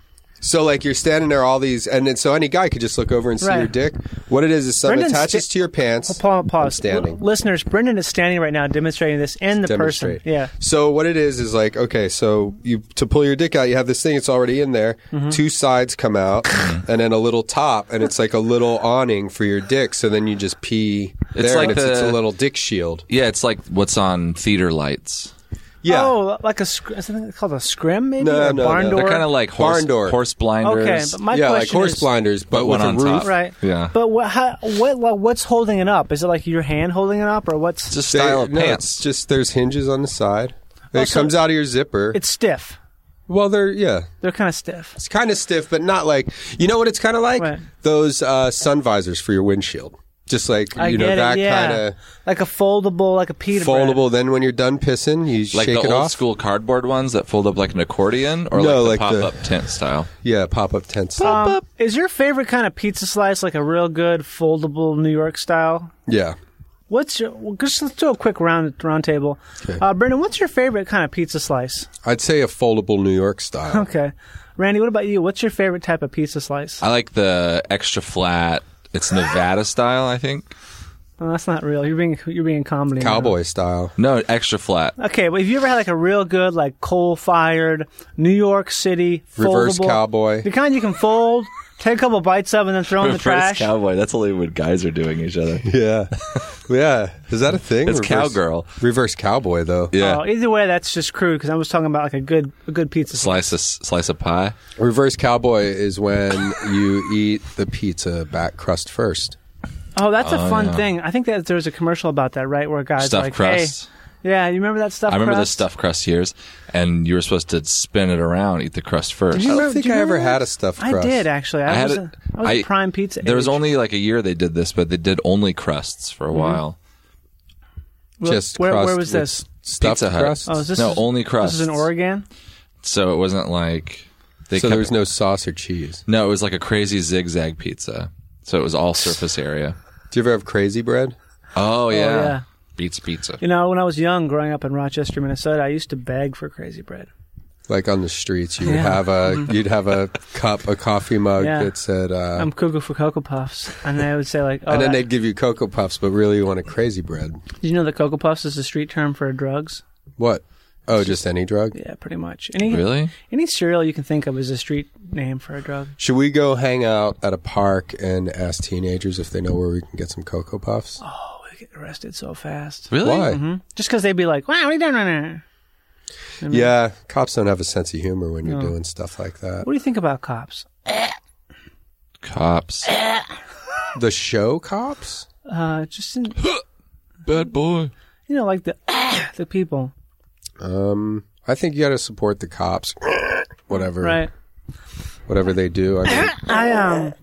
so like you're standing there all these and then so any guy could just look over and see
Right.
your dick what it is is something
Brendan's Oh,
attaches
sta-
to your pants
Pause.
I'm
pause.
standing
L- listeners, Brendan is standing right now demonstrating this in the person.
demonstrate
Yeah.
so what it is is like okay so you to pull your dick out you have this thing it's already in there
Mm-hmm.
two sides come out and then a little top and it's like a little awning for your dick so then you just pee
It's
there
like
and it's, it's
the-
a little dick shield
Yeah, it's like what's on theater lights.
yeah
Oh, like a sc- is it called a scrim maybe?
No,
or a
no,
barn
no.
door.
They're kind of like horse
barn door.
horse
okay,
blinders.
but my
yeah
question
like horse
is,
blinders but,
But
with
one
a
on
roof
top.
right?
Yeah.
But what? How, what? Like, what's holding it up? Is it like your hand holding it up, or what's?
it's a
They-
style of
no,
pants.
it's just there's hinges on the side it
so-
comes out of your zipper
It's stiff.
well they're yeah
They're kind of stiff.
It's kind of stiff, but not like you know what it's kind of like
Right.
those uh, sun visors for your windshield. Just like
I
you know
get
that
it. Yeah,
kind
like a foldable, like a pita
of foldable. Then when you're done pissing, you
like
shake
the
it
old
off.
school cardboard ones that fold up like an accordion, or
No,
like the
like the-
pop up tent style.
Yeah, pop up tent.
bread.
stuff.
Um, is your favorite kind of pizza slice like a real good foldable New York style?
yeah,
What's your? Well, just let's do a quick round round table. Uh, Brendan, what's your favorite kind of pizza slice?
I'd say a foldable New York style.
Okay, Randy, what about you? What's your favorite type of pizza slice?
I like the extra flat. It's Nevada style, I think.
Oh, that's not real. You're being you're being comedy. now.
Cowboy style.
No, extra flat.
Okay, but have you ever had like a real good, like coal fired New York City
Reverse
foldable-
cowboy.
the kind you can fold, take a couple bites of, and then throw in the trash?
cowboy. That's only when guys are doing each other.
Yeah, yeah. Is that a thing?
It's cowgirl.
Reverse cowboy though.
Yeah.
Oh, either way, that's just crude because I was talking about like a good, a good pizza. slice.
Slice of slice of pie.
Reverse cowboy is when you eat the pizza back crust first.
Oh, that's a fun thing. I think that there was a commercial about that, right? Where guys
Stuffed
like,
crust.
hey, yeah, you remember that stuff?
I remember the
crust?
stuffed crust years, and you were supposed to spin it around, eat the crust first.
I
you
don't
remember-
think
do you
I ever
remember
had
that?
a stuffed
I
crust.
did actually. I,
I had
was,
it-
a, I was
I-
a prime pizza.
There was
age.
only like a year they did this, but they did only crusts for a
Mm-hmm.
while.
Where-
Just
where,
crust
where was
with
this?
Stuffed
Pizza Hut.
crust.
Oh, is this
no, only
This
crusts.
is in Oregon.
So it wasn't like they
so
kept,
there was no sauce or cheese.
No, it was like a crazy zigzag pizza. So it was all surface area.
Do you ever have crazy bread?
Oh yeah.
yeah.
Beats pizza.
You know, when I was young, growing up in Rochester, Minnesota, I used to beg for crazy bread.
Like on the streets, you would
Yeah.
have a you'd have a cup, a coffee mug
Yeah.
that said, uh,
I'm cuckoo for Cocoa Puffs. And they would say, like, oh,
and then
that-
they'd give you cocoa puffs, but really you want a crazy bread.
did you know that Cocoa Puffs is the street term for drugs?
What? Oh, just any drug.
Yeah, pretty much. Any,
Really?
Any cereal you can think of is a street name for a drug.
Should we go hang out at a park and ask teenagers if they know where we can get some cocoa puffs?
Oh, we get arrested so fast.
Really?
Why?
Just because they'd be like, wow, what are you doing right now?
Yeah, cops don't have a sense of humor when you're doing stuff like that.
What do you think about cops?
Cops.
The show cops.
Uh, just in,
Bad boy.
you know, like the the people,
Um, I think you got to support the cops, whatever,
right?
whatever they do. I mean,
I um,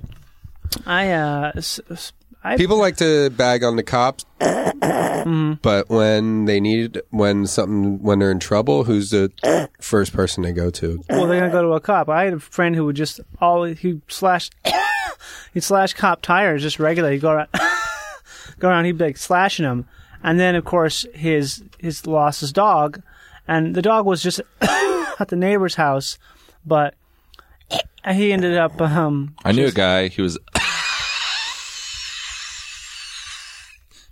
I uh, s- s- I,
People like to bag on the cops,
Mm-hmm.
but when they need when something when they're in trouble, who's the first person they go to?
well, they're gonna go to a cop. I had a friend who would just always he slashed he'd slash cop tires just regularly. He'd go around, go around. He'd be like slashing them, and then of course his his lost his dog, and the dog was just at the neighbor's house, but he ended up um
I knew a guy. He was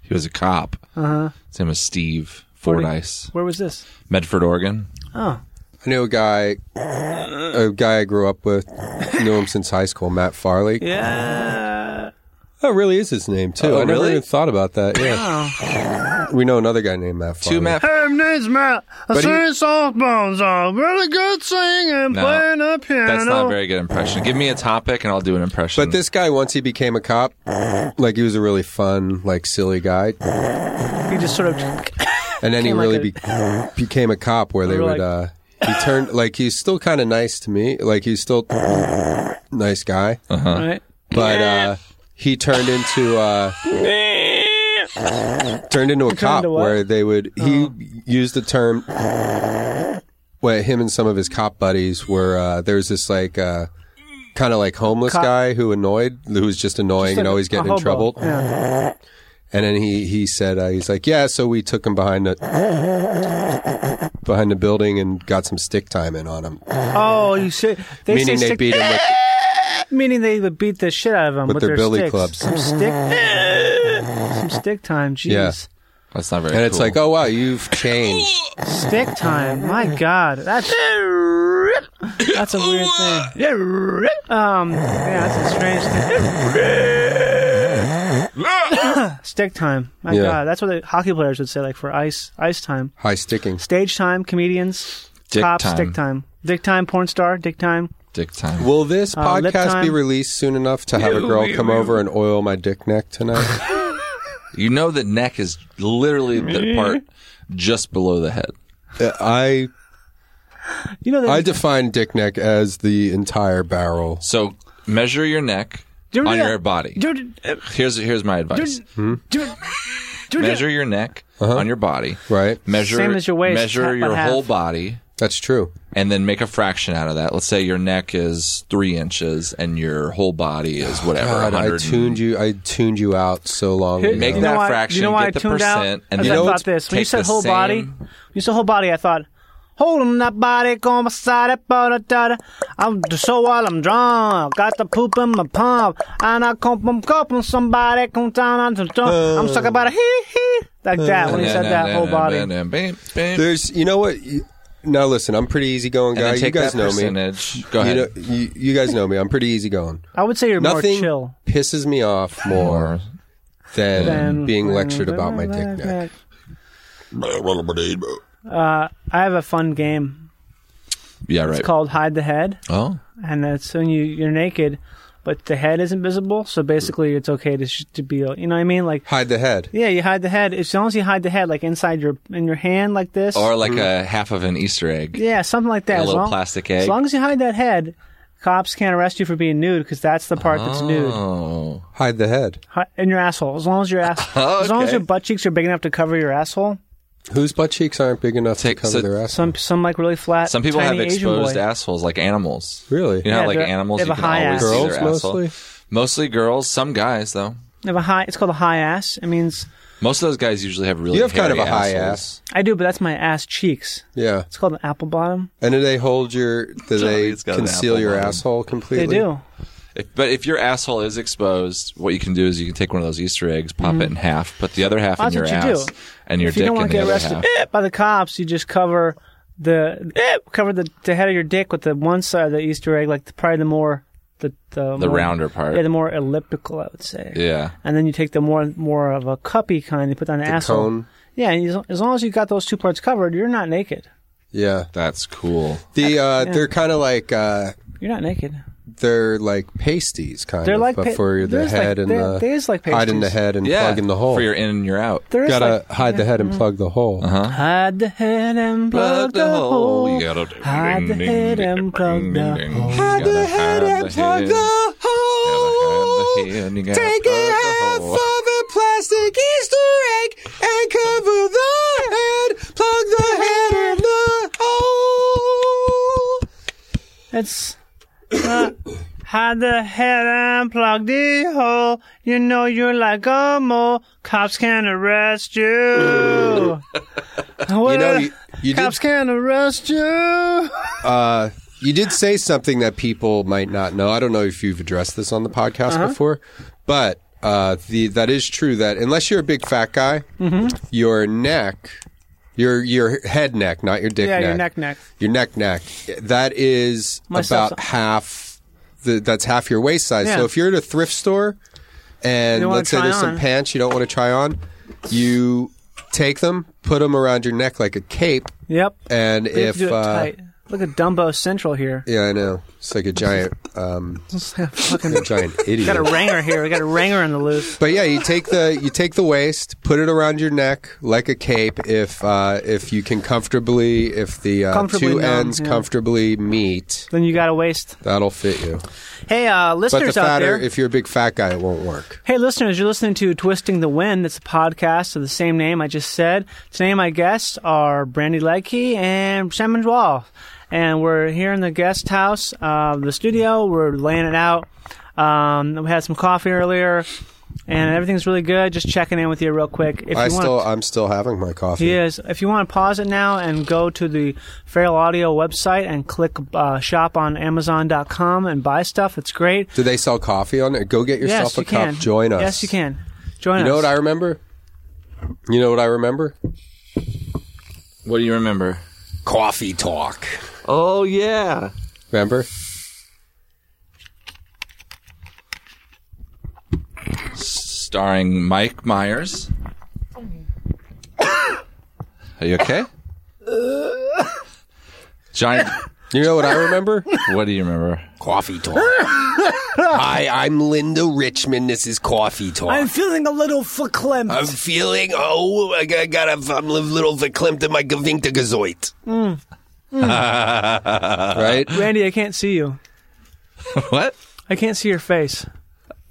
he was a cop. Uh-huh. His name was Steve Fordyce,
where was this?
Medford, Oregon.
I knew a guy, a guy I grew up with, knew him since high school, Matt Farley.
Yeah,
That really is his name too.
Oh,
I never
really?
even thought about that.
Oh.
Yeah, we know another guy named Matt Farley.
Two Matt.
her name's Matt. I
But he- sing
softball song, really good singing,
No, playing
a piano.
That's not a very good impression. Give me a topic and I'll do an impression.
But this guy, once he became a cop, like he was a really fun, like silly guy,
He just sort of
and then he
Became like
really be- became a cop where they
were
would.
like-
uh He turned like he's still kind of nice to me. Like he's still nice guy,
right.
but uh he turned into. uh Turned into a cop
into what? Oh.
where they would he used the term where him and some of his cop buddies were uh there was this like uh kind of like homeless
Cop-
guy who annoyed who was just annoying and
like
always
a
getting in
hobo.
trouble.
Yeah.
And then he he said uh, he's like, yeah. So we took him behind the behind the building and got some stick time in on him,
Oh, you say they
meaning
say
they
stick,
beat him with
meaning they would beat the shit out of them with,
With their billy
sticks.
clubs.
Some stick, some stick time. Jeez,
Yeah.
That's not very.
and it's
cool.
like, oh wow, you've changed.
stick time. My God, that's that's a weird thing. Um, yeah, that's a strange thing. stick time. My
Yeah.
God, that's what the hockey players would say, like for ice ice time,
High sticking.
stage time, comedians,
Dick
cops,
time.
stick time, dick time, porn star, dick time.
dick time.
Will this
Uh, lip
podcast be
time.
released soon enough to have a girl come over and oil my dick neck tonight?
You know that neck is literally the part just below the head.
Uh, I
You know,
I
they-
define dick neck as the entire barrel.
So measure your neck
Do you
on
remember
your
that-
body.
dude, uh,
Here's here's my advice.
Hmm?
dude, dude,
Measure your neck on your body.
Uh-huh. Right.
Measure
Same as your waist, half
Measure
by
your
half.
whole body.
That's true.
and then make a fraction out of that. Let's say your neck is three inches and your whole body is whatever.
Oh, God, I
100.
tuned you. I tuned you out so long. ago.
Make
You know
that
why-
fraction,
You know why
get the
I tuned
percent,
out?
and
As
you
I
know
thought
what's-
this. When you
take
said
the
whole body,
same-
when you said whole body, I thought, holding that body, on my side, up on the da- da. I'm just so while I'm drunk, got the poop in my pump, and I come from cup on somebody, come down on the dump. I'm stuck about a hee hee, like
Uh,
that. When you said that, whole body.
And then
There's, you know what? You- Now listen, I'm pretty easygoing guy. You
take
guys
that
know me.
percentage. Go
You,
ahead.
know, you, you guys know me. I'm pretty easygoing.
I would say you're
Nothing
more chill
pisses me off more than
than
being lectured about my dick neck.
I have a fun game
yeah, right.
called Hide the Head.
oh,
and that's when you you're naked, but the head is invisible. So basically, it's okay to sh- to be you know what I mean like
Hide the head.
yeah, you hide the head as long as you hide the head like inside your in your hand like this
or like a half of an Easter egg.
yeah something like that
A
as
little
long-
plastic egg.
As long as you hide that head, cops can't arrest you for being nude because that's the part that's nude.
Oh,
Hide the head.
Hi- And your asshole, as long as your ass, as long as your butt cheeks are big enough to cover your asshole.
Whose butt cheeks aren't big enough
Take-
to cover
so-
their ass?
Some some like really flat.
some people
tiny
have exposed
Asian boy.
assholes like animals.
Really?
You know,
Yeah,
like
they're-
animals,
they have
you
a
can
high ass.
always see
Girls
their
mostly.
asshole. Mostly girls. Some guys though.
They have a high. It's called a high ass. It means
Most of those guys usually have really.
You have kind of
hairy
a high ass.
assholes.
I do, but that's my ass cheeks.
Yeah.
It's called an apple bottom.
And do they hold your? Do they
It's got an
conceal
apple
your
bottom.
asshole completely?
They do.
If, but if your asshole is exposed, what you can do is you can take one of those Easter eggs, pop it in half, put the other half
Mm-hmm. That's
in your
what you
ass,
do.
and your
if you
dick
don't
in
want to
the
get
other
arrested
half.
eh, by the cops, you just cover the eh, cover the, the head of your dick with the one side of the Easter egg, like the, probably the more the the,
The
more-
rounder part.
yeah, the more elliptical, I would say.
Yeah.
And then you take the more more of a cuppy kind, you put on the, asshole.
Cone.
Yeah, and as, as long as you got those two parts covered, you're not naked.
Yeah.
That's cool.
The uh, they're kind of like uh,
You're not naked.
they're like pasties, kind
They're
of,
like
but
pa-
for the
there's like-
head and
there-
the
there's like
hide in the
pasties.
head and
Yeah.
plug in the hole.
For your Uh-huh. in and your out.
There is
Gotta
like Mm-hmm.
hide the head and plug the hole.
hide the head and plug,
Plug the hole. You gotta
Hide the head and plug the hole.
Hide the head and plug the hole. key and you got
Take it out for the plastic Easter egg and cover the head. Plug the head in the hole.
It's uh, hide the head and plug the hole. You know you're like a mole. Cops can arrest you.
You know, you, you did
cops can arrest you.
uh, you did say something that people might not know. I don't know if you've addressed this on the podcast
Uh-huh.
before, but uh, the that is true that unless you're a big fat guy, your neck, your your head neck, not your dick
Yeah,
neck,
your neck neck.
your neck neck, that is
Myself-
about half. The, that's half your waist size.
Yeah.
So if you're at a thrift store and
You wanna
let's say
try
there's
on.
some pants you don't want to try on, you take them, put them around your neck like a cape,
Yep.
and
We have
if
to do it
uh,
tight. Look at Dumbo Central here.
yeah, I know. It's like a giant, um,
Fucking
a giant idiot.
got a ringer here. We got a ringer on the loose.
but yeah, you take the you take the waist, put it around your neck like a cape. If uh, if you can comfortably, if the uh,
Comfortably
two
numb,
ends
yeah.
comfortably meet,
Then you got to waste.
that'll fit you.
Hey, uh,
But the
listeners out
fatter,
there.
if you're a big fat guy, it won't work.
Hey, listeners, you're listening to Twisting the Wind. It's a podcast of the same name I just said. Today, my guests are Brandy Ledke and Sam Wall. And we're here in the guest house of the studio. We're laying it out. Um, we had some coffee earlier, and everything's really good. Just checking in with you real quick. If
I
you
still,
want,
I'm still having my coffee.
he is. If you want to pause it now and go to the Feral Audio website and click uh, shop on Amazon.com and buy stuff, it's great.
Do they sell coffee on it? Go get yourself
yes,
a
you
cup.
can.
Join us.
Yes, you can. Join
You
us.
know what I remember? You know what I remember?
What do you remember?
Coffee talk.
Oh yeah.
Remember?
Starring Mike Myers. Are you okay? Johnny
You know what I remember?
What do you remember?
Coffee Talk. Hi, I'm Linda Richmond. This is Coffee Talk. I'm,
feeling a little verklempt.
feeling, oh, I got, got a, I'm a little verklempt in my gewinkte gezoit. right?
Randy, I can't see you.
Uh-huh. what?
I can't see your face.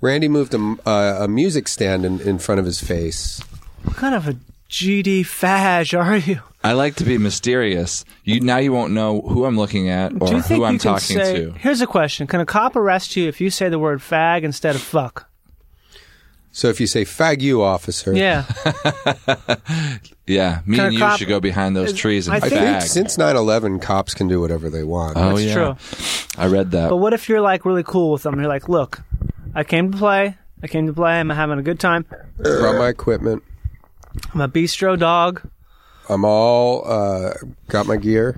Randy moved a, uh, a music stand in, in front of his face.
What kind of a GD fag are you?
I like to be mysterious. You now you won't know who I'm looking at or
Do you think
who I'm
you can
talking
say,
to.
Here's a question: Can a cop arrest you if you say the word fag instead of fuck?
So if you say, fag you, officer.
Yeah,
Yeah, me
Can a
and you
cop-
should go behind those trees and
I
I think
bag.
since 9 11, cops can do whatever they want.
oh
it's
yeah,
true.
I read that.
But what if you're like really cool with them? You're like, look, I came to play. I came to play. I'm having a good time.
I brought my equipment.
I'm a bistro dog.
I'm all, uh, got my gear.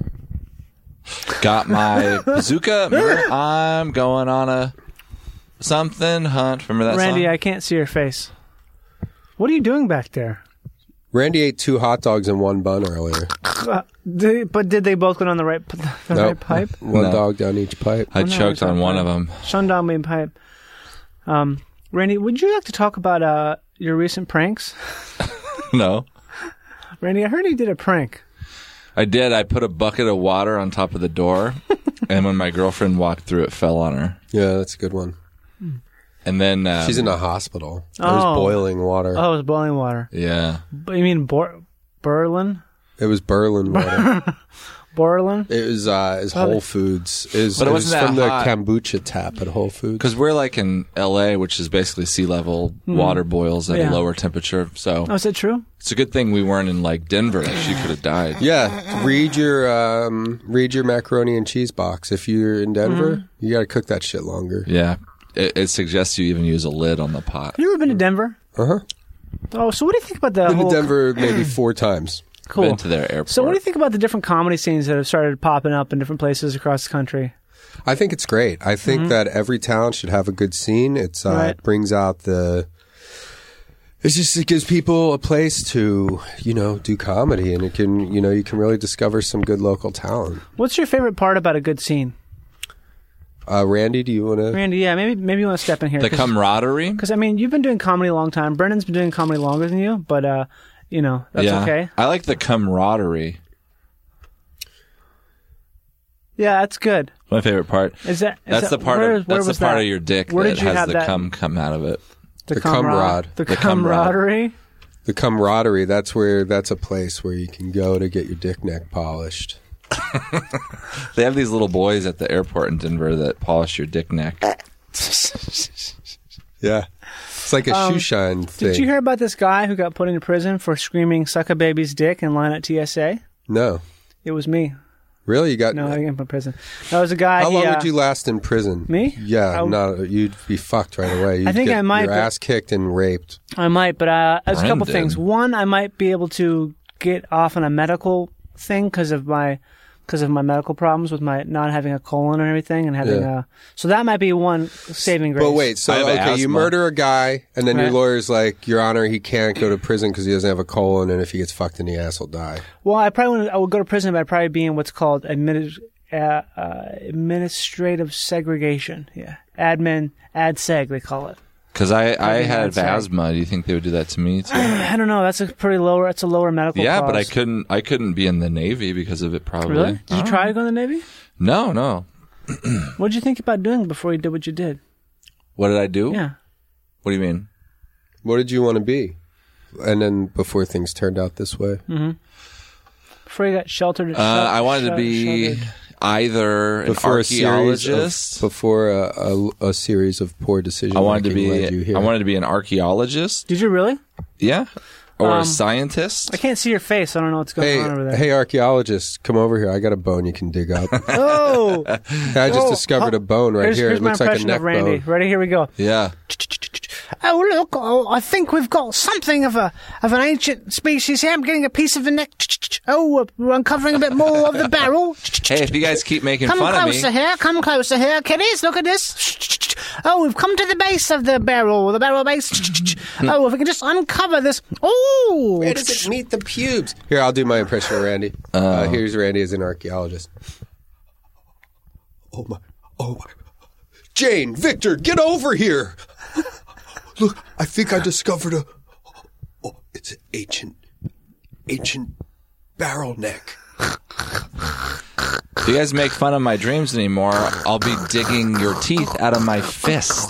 Got my bazooka. Remember, I'm going on a something hunt. Remember that
Randy,
song?
I can't see your face. What are you doing back there?
Randy ate two hot dogs and one bun earlier.
Uh, they- but did they both go down the right, the right
Nope.
pipe?
One
No.
dog down each pipe.
Oh,
I, choked on one of them.
Sundown Main Pipe. Um, Randy, would you like to talk about uh, your recent pranks?
No,
Randy, I heard he did a prank.
I did. I put a bucket of water on top of the door, and when my girlfriend walked through, it fell on her.
Yeah, that's a good one.
And then um,
She's in a hospital. It was
Oh.
boiling water.
Oh, it was boiling water.
yeah.
But you mean Bor- Berlin?
It was Berlin water.
Berlin?
it was uh, it was Whole Foods. It was,
But it
it was
wasn't that
from the
hot.
kombucha tap at Whole Foods.
Because we're like in LA, which is basically sea level. Water boils at
Hmm. Yeah.
a lower temperature, so
Oh, is that true?
it's a good thing we weren't in like Denver. She could have died.
Yeah, read your um, read your macaroni and cheese box. If you're in Denver, you got to cook that shit longer.
Yeah. It, it suggests you even use a lid on the pot.
Have you ever been to Denver?
Uh huh.
Oh, so what do you think about the
Been
whole
to Denver maybe four times.
cool?
Been to their airport.
So what do you think about the different comedy scenes that have started popping up in different places across the country?
I think it's great. I think that every town should have a good scene. It's uh,
Right.
it brings out the. It's just it gives people a place to you know do comedy, and it can you know you can really discover some good local talent.
What's your favorite part about a good scene?
Uh, Randy, do you want to?
Randy, yeah, maybe maybe you want to step in here.
the
'cause-
camaraderie?
Because I mean, you've been doing comedy a long time. Brennan's been doing comedy longer than you, but uh, you know that's okay.
I like the camaraderie.
Yeah, that's good.
My favorite part.
Is that is
that's
that-
the part
where-
of
where
that's the
was
part
that?
of your dick
Where
that
did you
has
have
the
that?
cum come out of it.
The,
The cum
camara-
rod.
The,
The cum rod.
camaraderie.
The camaraderie, that's where that's a place where you can go to get your dick neck polished.
They have these little boys at the airport in Denver that polish your dick neck.
Yeah. It's like a shoe shine thing.
Um, Did you hear about this guy who got put into prison for screaming "suck a baby's dick" in line at TSA?
no.
It was me.
Really? You got
No, I didn't put prison. That was a guy.
How
he,
long
uh,
would you last in prison?
Me?
Yeah,
I w-
no, you'd be fucked right away. You'd
think
get
I might,
your
but-
ass kicked and raped.
I might, but uh, there's a couple
Brendan.
things. One, I might be able to get off on a medical thing because of my because of my medical problems with my not having a colon and everything, and having
Yeah.
uh so that might be one saving grace.
But wait, so
I have
okay, you
asthma.
murder a guy, and then your
Right.
lawyer's like, "Your Honor, he can't go to prison because he doesn't have a colon, and if he gets fucked in the ass, he'll die."
Well, I probably wouldn't, I would go to prison, but I'd probably be in what's called admini- uh, uh, administrative segregation. Yeah, admin, ad seg they call it.
Because I, I had
that's right.
asthma. Do you think they would do that to me too?
I don't know. That's a pretty lower. That's a lower medical.
yeah, but I
cause.
couldn't I couldn't be in the Navy because of it. Probably.
Really? Did you
Oh.
try to go in the navy?
No, no.
What did you think about doing before you did what you did?
What did I do?
Yeah.
What do you mean?
What did you want to be? And then before things turned out this way,
Hmm. Before you got sheltered,
Uh, I wanted to be either an
before a series,
archaeologist.
of, before a, a, a series of poor decisions,
I wanted to
led you
be.
here.
I wanted to be an archaeologist.
Did you really?
Yeah. Or
Um,
a scientist.
I can't see your face. I don't know what's going
Hey,
on over there.
hey, archaeologists, come over here. I got a bone you can dig up.
Oh,
I just
Oh,
discovered
oh,
a bone right
here's,
here.
here's
it
my
looks like a
impression
neck
of Randy.
bone.
Ready? Here we go.
yeah.
Oh look! Oh, I think we've got something of a of an ancient species here. I'm getting a piece of the neck. Oh, we're uncovering a bit more of the barrel.
Hey, if you guys keep making
Come
fun of me,
closer here. Come closer here, kiddies. Look at this. Oh, we've come to the base of the barrel. The barrel base. oh, if we can just uncover this. Oh,
Where does it meet the pubes? Here, I'll do my impression of Randy. Uh, here's Randy as an archaeologist. Oh my! Oh my! Jane, Victor, get over here! Look, I think I discovered a. Oh, it's an ancient, ancient barrel neck.
if you guys make fun of my dreams anymore, I'll be digging your teeth out of my fist.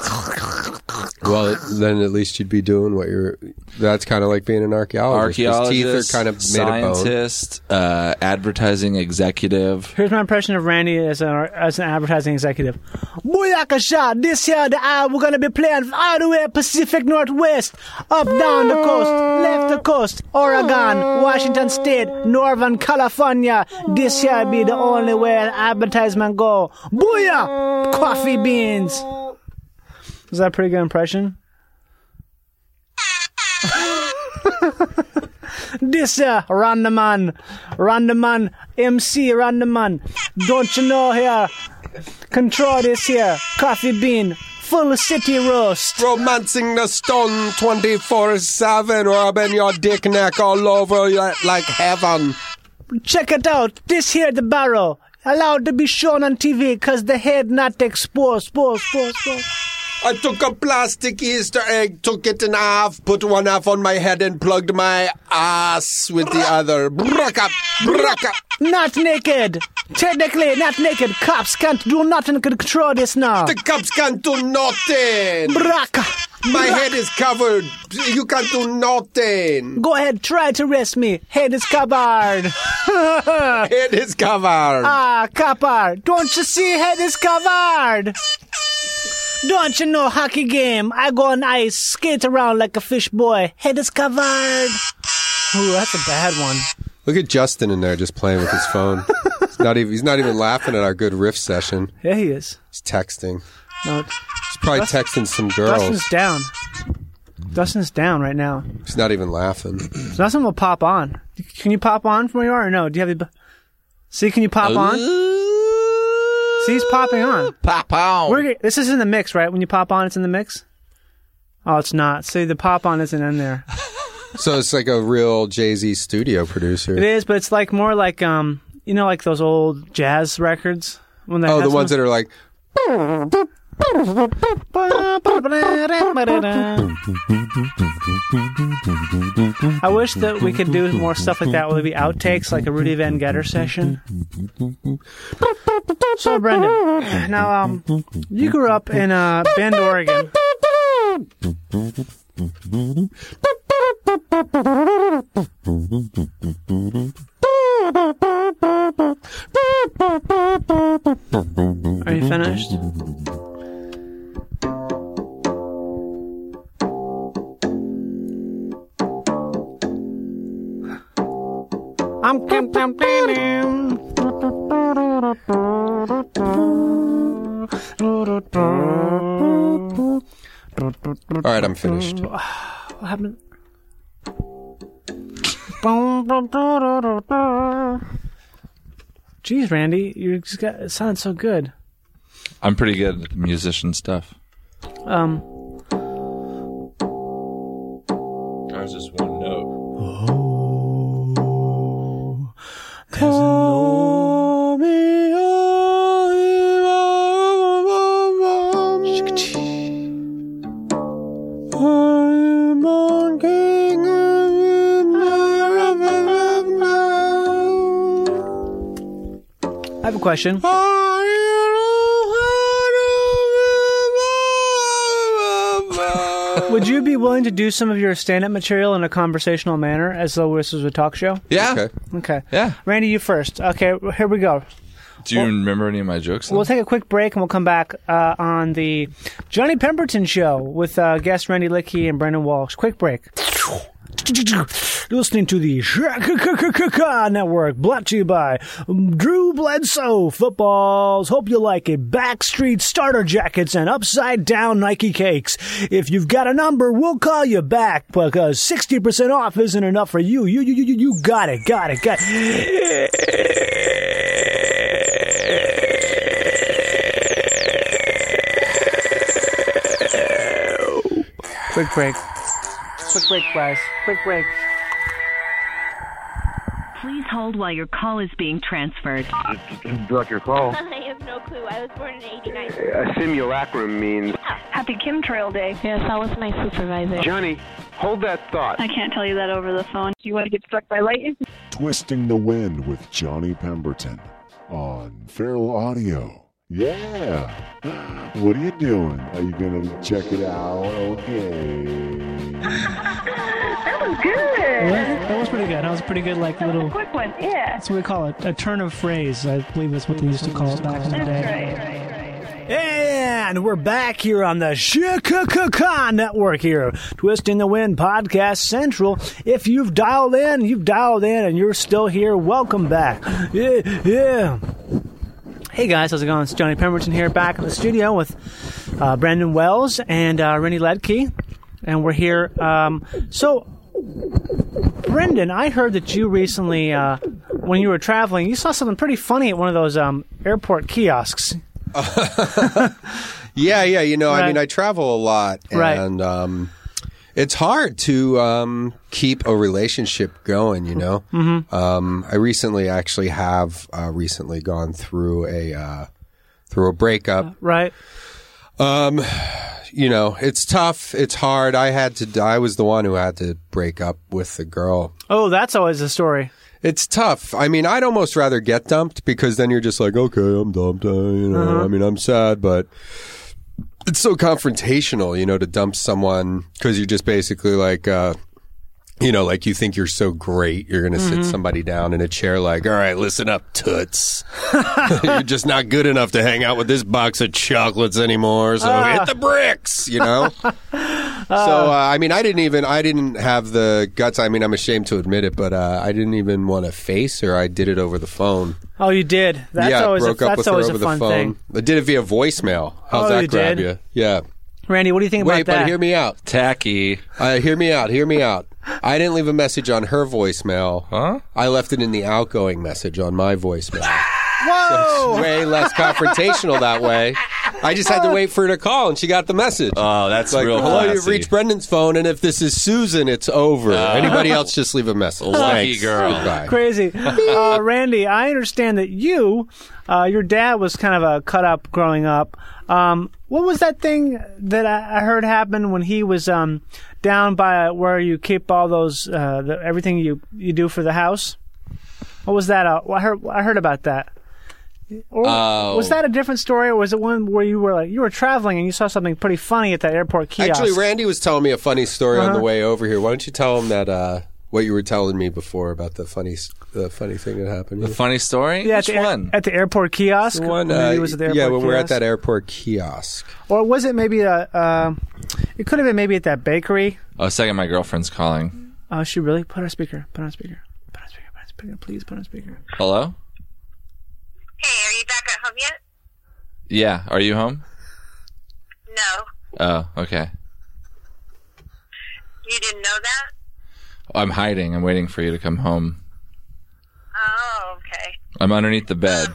Well, then at least you'd be doing what you're. That's kind of like being an archaeologist. His
Archaeologist,
teeth are kind of made of bone.
scientist, uh, advertising executive.
Here's my impression of Randy as an as an advertising executive. Booyakasha, this year the hour we're gonna be playing all the way Pacific Northwest, up down the coast, left the coast, Oregon, Washington State, Northern California. This year be the only way an advertisement go. Booyah! Coffee beans. Is that a pretty good impression? this uh, Randaman, Randaman, MC Randaman. Don't you know here? Control this here. Coffee bean, full city roast.
Romancing the stone 24 7, rubbing your dick neck all over you like heaven.
Check it out. This here the barrel. Allowed to be shown on TV because the head not exposed, exposed, exposed, exposed.
I took a plastic Easter egg, took it in half, put one half on my head, and plugged my ass with the other. Braka, braka.
Not naked. Technically, not naked. Cops can't do nothing to control this now.
The cops can't do nothing.
Braka.
My head is covered. You can't do nothing.
Go ahead, try to arrest me. Head is covered.
Head is covered.
Ah, copper, don't you see head is covered? Don't you know hockey game? I go on ice, skate around like a fish boy. Head is covered. Ooh, that's a bad one.
Look at Justin in there just playing with his phone. He's not even, he's not even laughing at our good riff session.
Yeah, he is.
He's texting.
No,
He's probably texting some girls.
Dustin's down. Dustin's down right now.
He's not even laughing.
So Dustin will pop on. Can you pop on from where you are or no? Do you have the... See, can you pop on? See, he's popping on.
Pop on.
We're, get- this is in the mix, right? When you pop on, it's in the mix? Oh, it's not. See, the pop on isn't in there.
So it's like a real Jay Z studio producer.
It is, but it's like more like um, you know, like those old jazz records when they
Oh,
had
the
some-
ones that are like,
I wish that we could do more stuff like that. Would be outtakes, like a Rudy Van Getter session. So, Brendan, now um, you grew up in uh, Bend, Oregon. Are you finished? I'm
All right, I'm finished.
What happened? Jeez, Randy, you just got it sounds so good.
I'm pretty good at musician stuff.
Um,
Ours is one note.
Oh. I have a question. Would you be willing to do some of your stand-up material in a conversational manner, as though this was a talk show?
Yeah.
Okay.
Okay,
Yeah.
Randy, you first. Okay, here we go.
Do you remember any of my jokes?
We'll take a quick break and we'll come back uh, on the Johnny Pemberton Show with uh, guest Randy Lickey and Brendan Walsh. Quick break. You're Listening to the Shaka Network, brought to you by Drew Bledsoe Footballs. Hope you like it. Backstreet starter jackets and upside down Nike cakes. If you've got a number, we'll call you back because 60% off isn't enough for you. You, you, you, you- you got it, got it, got Quick break. Quick break, guys. Quick break.
Please hold while your call is being transferred.
Block your call.
I have no clue. I was born in 89.
A simulacrum means
Happy chemtrail day.
Yes, I was my supervisor.
Johnny. Hold that thought.
I can't tell you that over the phone. Do you want to get struck by lightning?
Twisting the Wind with Johnny Pemberton on Feral Audio. Yeah. What are you doing? Are you going to check it out? Okay.
That was good.
That was pretty good. That was a pretty good, like little.
Quick one. Yeah.
That's what we call it, a turn of phrase. I believe is what they used to call it back in the day. And we're back here on the Shikakaka Network here, Twisting the Wind Podcast Central. If you've dialed in, you've dialed in, and you're still here, welcome back. Yeah, yeah. Hey guys, how's it going? It's Johnny Pemberton here, back in the studio with uh, Brandon Wells and uh, Rennie Ledke, and we're here. Um, so, Brendan, I heard that you recently, uh, when you were traveling, you saw something pretty funny at one of those um, airport kiosks.
Yeah, yeah. You know, I mean,
Right.
I travel a lot, and
Right.
um, it's hard to um, keep a relationship going. You know, mm-hmm. um, I recently actually have uh, recently gone through a uh, through a breakup.
Right.
you know, it's tough. It's hard. I had to. I was the one who had to break up with the girl.
Oh, that's always the story.
It's tough. I mean, I'd almost rather get dumped because then you're just like, okay, I'm dumped. Uh, you know,
Uh-huh.
I mean, I'm sad, but it's so confrontational, you know, to dump someone because you're just basically like, uh, you know, like you think you're so great, you're gonna
Mm-hmm.
sit somebody down in a chair, like, all right, listen up, toots. you're just not good enough to hang out with this box of chocolates anymore. So
Uh.
hit the bricks, you know. So uh, I mean, I didn't even I didn't have the guts. I mean, I'm ashamed to admit it, but uh, I didn't even want to face her. I did it over the phone.
Oh, you did. That's
yeah,
always
broke
a,
up
that's
with her
always
over
a
the
fun
phone.
thing.
I did it via voicemail. How's
Oh,
that
you
grab
did?
you? Yeah.
Randy, what do you think
Wait,
about that?
but hear me out.
Tacky.
Uh, hear me out. Hear me out. I didn't leave a message on her voicemail.
Huh?
I left it in the outgoing message on my voicemail.
Whoa!
It's way less confrontational that way. I just
Uh,
had to wait for her to call, and she got the message.
Oh, that's
It's like,
real
hello,
classy.
you've reached Brendan's phone, and if this is Susan, it's over.
Uh,
Anybody else, just leave a message.
Lucky
Thanks.
girl.
Goodbye.
Crazy, uh, Randy. I understand that you, uh, your dad was kind of a cut up growing up. Um, what was that thing that I, I heard happen when he was um, down by where you keep all those uh, the, everything you you do for the house? What was that? Uh, I heard I heard about that. Or
Oh.
was that a different story, or was it one where you were like you were traveling and you saw something pretty funny at that airport kiosk?
Actually, Randy was telling me a funny story on
Uh-huh.
the way over here. Why don't you tell him that uh, what you were telling me before about the funny s- the funny thing that happened?
The funny story?
yeah, at
Which
the, air-
one?
at the airport kiosk.
The one,
Or maybe
uh,
it was at the airport
yeah, when we we're at
kiosk?
that airport kiosk.
Or was it maybe a? Uh, it could have been maybe at that bakery.
Oh, a second, my girlfriend's calling.
Oh, she really put on speaker. Put on speaker. Put on speaker. Put on speaker. Please put on speaker.
Hello?
Hey, are you back at home yet?
Yeah, are you home?
No.
Oh, okay.
You didn't know that?
I'm hiding. I'm waiting for you to come home.
Oh, okay. Um,
I'm underneath the bed.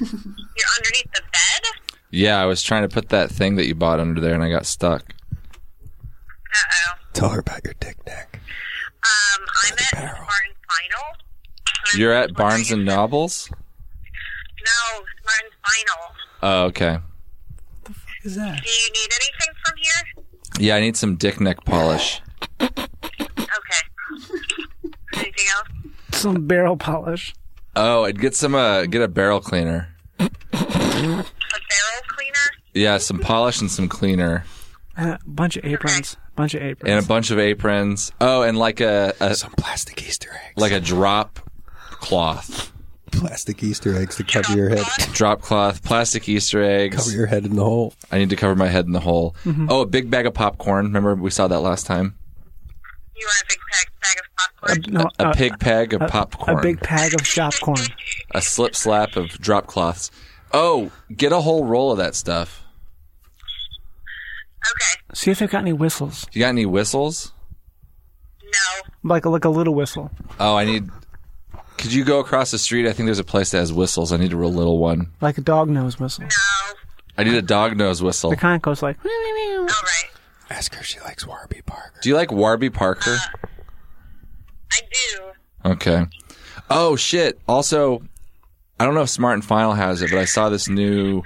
You're underneath the bed?
Yeah, I was trying to put that thing that you bought under there and I got stuck.
Uh oh.
Tell her about your dick.
Um, I'm at Smart and Final.
You're at Barnes and Nobles?
No, Smart and Final.
Oh, okay.
Is that?
Do you need anything from here?
Yeah, I need some dick neck polish.
Okay. anything else?
Some barrel polish.
Oh, and get some uh get a barrel cleaner.
A barrel cleaner?
Yeah, some polish and some cleaner.
And a bunch of aprons. Bunch of aprons.
And a bunch of aprons. Oh, and like a, a some
plastic Easter eggs.
Like a drop cloth.
Plastic Easter eggs to cover your head.
Drop cloth, plastic Easter eggs.
Cover your head in the hole.
I need to cover my head in the hole.
Mm-hmm.
Mhm.
Oh, a big bag of popcorn. Remember we saw that last time?
You want a big bag, bag of popcorn?
A, a pig peg of popcorn.
Uh, A big bag of shop corn.
a slip slap of drop cloths. Oh, get a whole roll of that stuff.
See if they've got any whistles.
You got any whistles?
Like a, like a little whistle.
Oh, I need. Could you go across the street? I think there's a place that has whistles. I need a real little one.
Like a dog nose whistle.
I need a dog nose whistle.
The kind that goes like.
All right.
Ask her if she likes Warby Parker.
Do you like Warby Parker? I do. Okay. Oh shit. Also, I don't know if Smart and Final has it, but I saw this new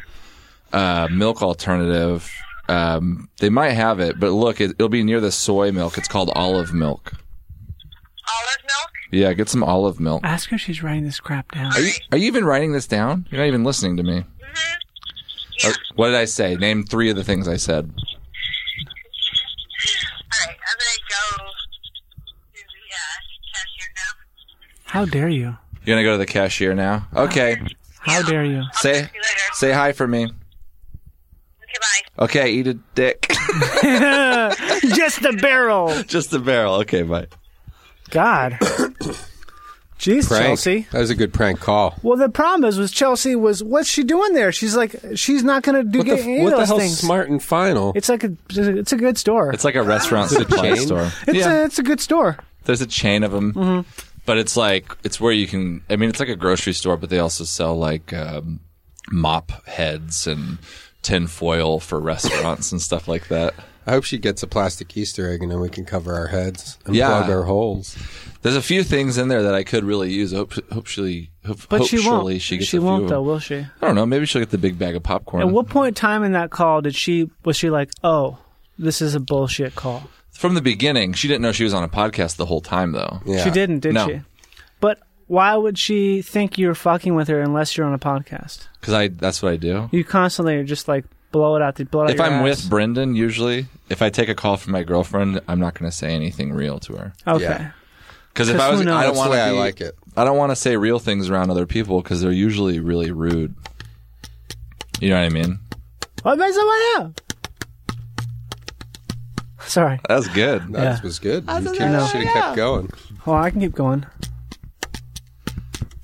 uh, milk alternative. Um, they might have it, but look, it, it'll be near the soy milk. It's called olive milk. Olive milk. Yeah, get some olive milk.
Ask her if she's writing this crap down.
Are you, are you even writing this down? You're not even listening to me. Uh, What did I say? Name three of the things I said.
How dare you?
You're gonna go to the cashier now. Okay.
How dare you?
Say say hi for me. Okay, eat a dick.
Just the barrel.
Just the barrel. Okay, bye.
God. Jeez,
Prank.
Chelsea.
That was a good prank call.
Well, the problem is, was Chelsea was what's she doing there? She's like, she's not going to do
What the,
get
f-
any of
what the
those
hell's
things.
smart and final?
It's like a, it's a good store.
It's like a restaurant supply
chain?
store.
It's a, it's a good store.
There's a chain of them,
Mhm.
but it's like it's where you can. I mean, it's like a grocery store, but they also sell like um, mop heads and tin foil for restaurants and stuff like that.
I hope she gets a plastic Easter egg and then we can cover our heads and
Yeah.
plug our holes.
There's a few things in there that I could really use. Hope, hopefully, hope,
But she
hopefully
won't.
She,
She,
gets a few
won't
of
though,
them.
will she?
I don't know. Maybe she'll get the big bag of
At
popcorn.
what point in time in that call did she was she like, oh, this is a bullshit call?
From the beginning, she didn't know she was on a podcast the whole time, though.
She didn't, did
no,
she? But why would she think you're fucking with her unless you're on a podcast?
Because I that's what I do.
You constantly are just like blow it out the blow it
if
out your
I'm
ass.
with Brendan, usually, if I take a call from my girlfriend, I'm not going to say anything real to her.
Okay.
Because if
'Cause
I was,
who knows?
I
That's
don't
the
want
way
to.
I like it.
I don't want to say real things around other people because they're usually really rude. You know what I mean?
What about someone else? Sorry.
That was good.
That Yeah. was
good.
You kept- No. should've kept
going.
Well, Oh, I can keep going.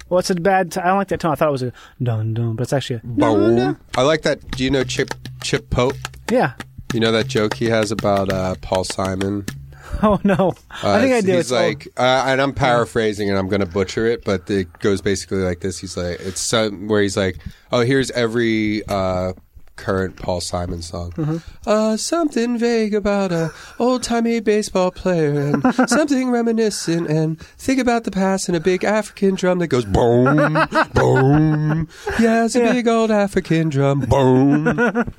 Well, it's a bad. T- I don't like that tone. I thought it was a dun dun, but it's actually a dun, dun.
I like that. Do you know Chip Chip Pope?
Yeah.
You know that joke he has about uh, Paul Simon?
Oh no, I think I
it's-
did.
He's
It's all-
like, uh, and I'm paraphrasing, and I'm going to butcher it, but it goes basically like this. He's like, it's some, where he's like, oh, here's every uh, current Paul Simon song.
Mm-hmm.
Uh, something vague about a old timey baseball player and something reminiscent and think about the past and a big African drum that goes boom, boom. Yeah, it's a big old African drum, boom.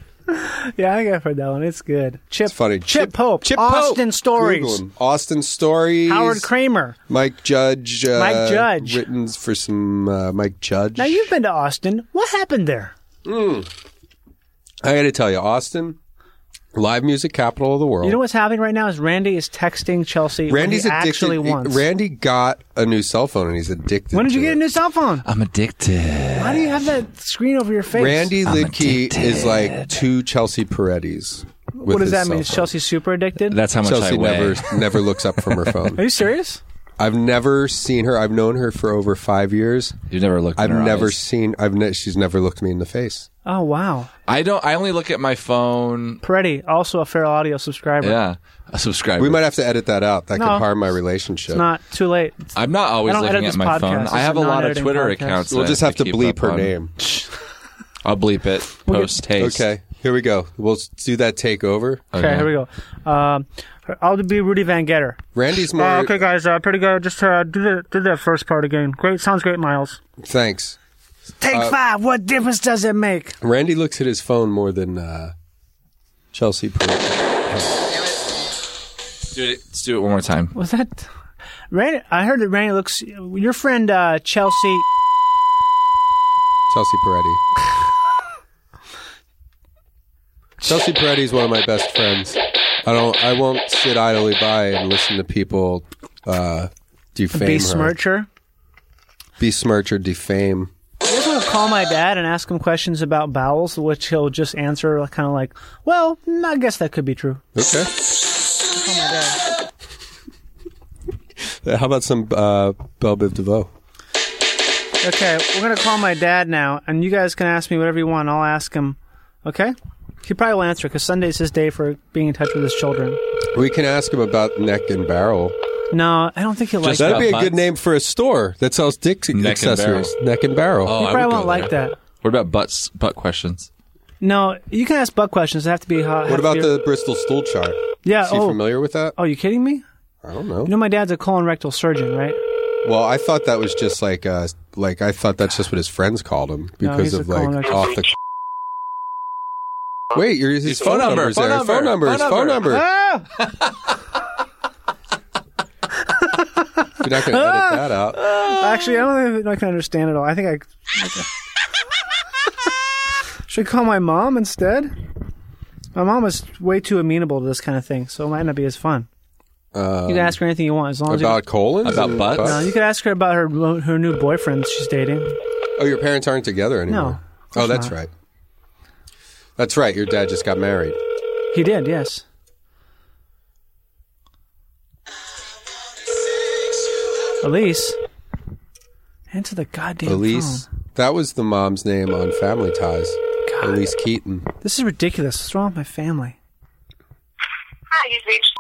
yeah, I think I've heard that one. It's good. Chip,
Funny.
Chip, Pope, Austin Stories,
Google him. Austin Stories.
Howard Kramer.
Mike Judge. Uh,
Mike Judge.
Written for some uh, Mike Judge.
Now you've been to Austin. What happened there?
I got to tell you, Austin, live music capital of the world.
You know what's happening right now is Randy is texting Chelsea. what
Randy's
he
addicted.
actually wants.
Randy got a new cell phone and he's addicted.
when did
to
you get
it.
a new cell phone?
I'm addicted.
Why do you have that screen over your face?
Randy Lidke is like two Chelsea Paredes.
what does that mean? Is Chelsea super addicted?
That's how much
Chelsea
I weigh.
never never looks up from her phone.
Are you serious?
I've never seen her. I've known her for over five years.
You've never looked. in
I've
her
never
eyes.
seen. I've ne- she's never looked me in the face.
Oh wow,
I don't. I only look at my phone.
Peretti, also a Feral Audio subscriber.
Yeah, a subscriber.
We might have to edit that out. That
No.
could harm my relationship.
It's not too late.
I'm not always
I don't
looking
edit
at
this
my
podcast.
phone.
This
I
is
have
a
a lot of
non-editing
Twitter
podcast.
accounts.
we'll
that
just
I
have to
keep
bleep
up
her
on.
name.
I'll bleep it post haste.
Okay, here we go. We'll s- do that takeover.
Okay, here we go. Um, I'll be Rudy Van Getter.
Randy's more.
okay, guys, uh, pretty good. Just uh, do the, do that first part again. Great, sounds great, Miles.
Thanks.
Take
Uh,
five. What difference does it make?
Randy looks at his phone more than uh, Chelsea. Peretti.
Do it, let's do it one more time.
Was that Randy? I heard that Randy looks. Your friend uh, Chelsea.
Chelsea Peretti. Chelsea Peretti is one of my best friends. I don't. I won't sit idly by and listen to people uh, defame her,
Besmircher.
besmirch or defame.
You guys want to call my dad and ask him questions about bowels, which he'll just answer kind of like, "Well, mm, I guess that could be true."
Okay. Uh, How about some uh, Belle Biv DeVoe?
Okay, we're gonna call my dad now, and you guys can ask me whatever you want. I'll ask him. Okay. He probably will answer because Sunday's his day for being in touch with his children.
We can ask him about Neck and Barrel.
No, I don't think he'll like.
Just
that.
That'd be a
About
good
buns?
name for a store that sells dick
and
accessories. Neck and Barrel.
Oh,
He
I
probably
would
won't
go
like
there.
that.
What about butts? Butt questions.
No, you can ask Buck questions. They have to be
Oh.
hot.
what about the Bristol stool chart?
Yeah.
Is he
Oh,
familiar with that?
oh, you kidding me?
I don't know.
You know my dad's a colon rectal surgeon, right?
Well, I thought that was just like, uh, like I thought that's just what his friends called him
No,
because
he's
of
a
like
colonized-
off the. Wait, your his,
His
phone,
phone number,
number's
phone
there.
number,
phone number. His phone
phone number.
number.
Ah!
You're not going to edit that out.
Actually, I don't think I can understand it all. I think I. Should I call my mom instead? My mom is way too amenable to this kind of thing, so it might not be as fun.
Uh,
You can ask her anything you want, as long as
about colons?
About
and
butts?
you. No, you could ask her about her lo- her new boyfriend she's dating.
Oh, your parents aren't together anymore.
No,
oh,
of course
that's
not.
right. That's right. Your dad just got married.
He did, yes. Elise, answer the goddamn
Elise.
phone.
That was the mom's name on Family Ties.
God.
Elise Keaton.
This is ridiculous. What's wrong with my family?
Hi, you've reached.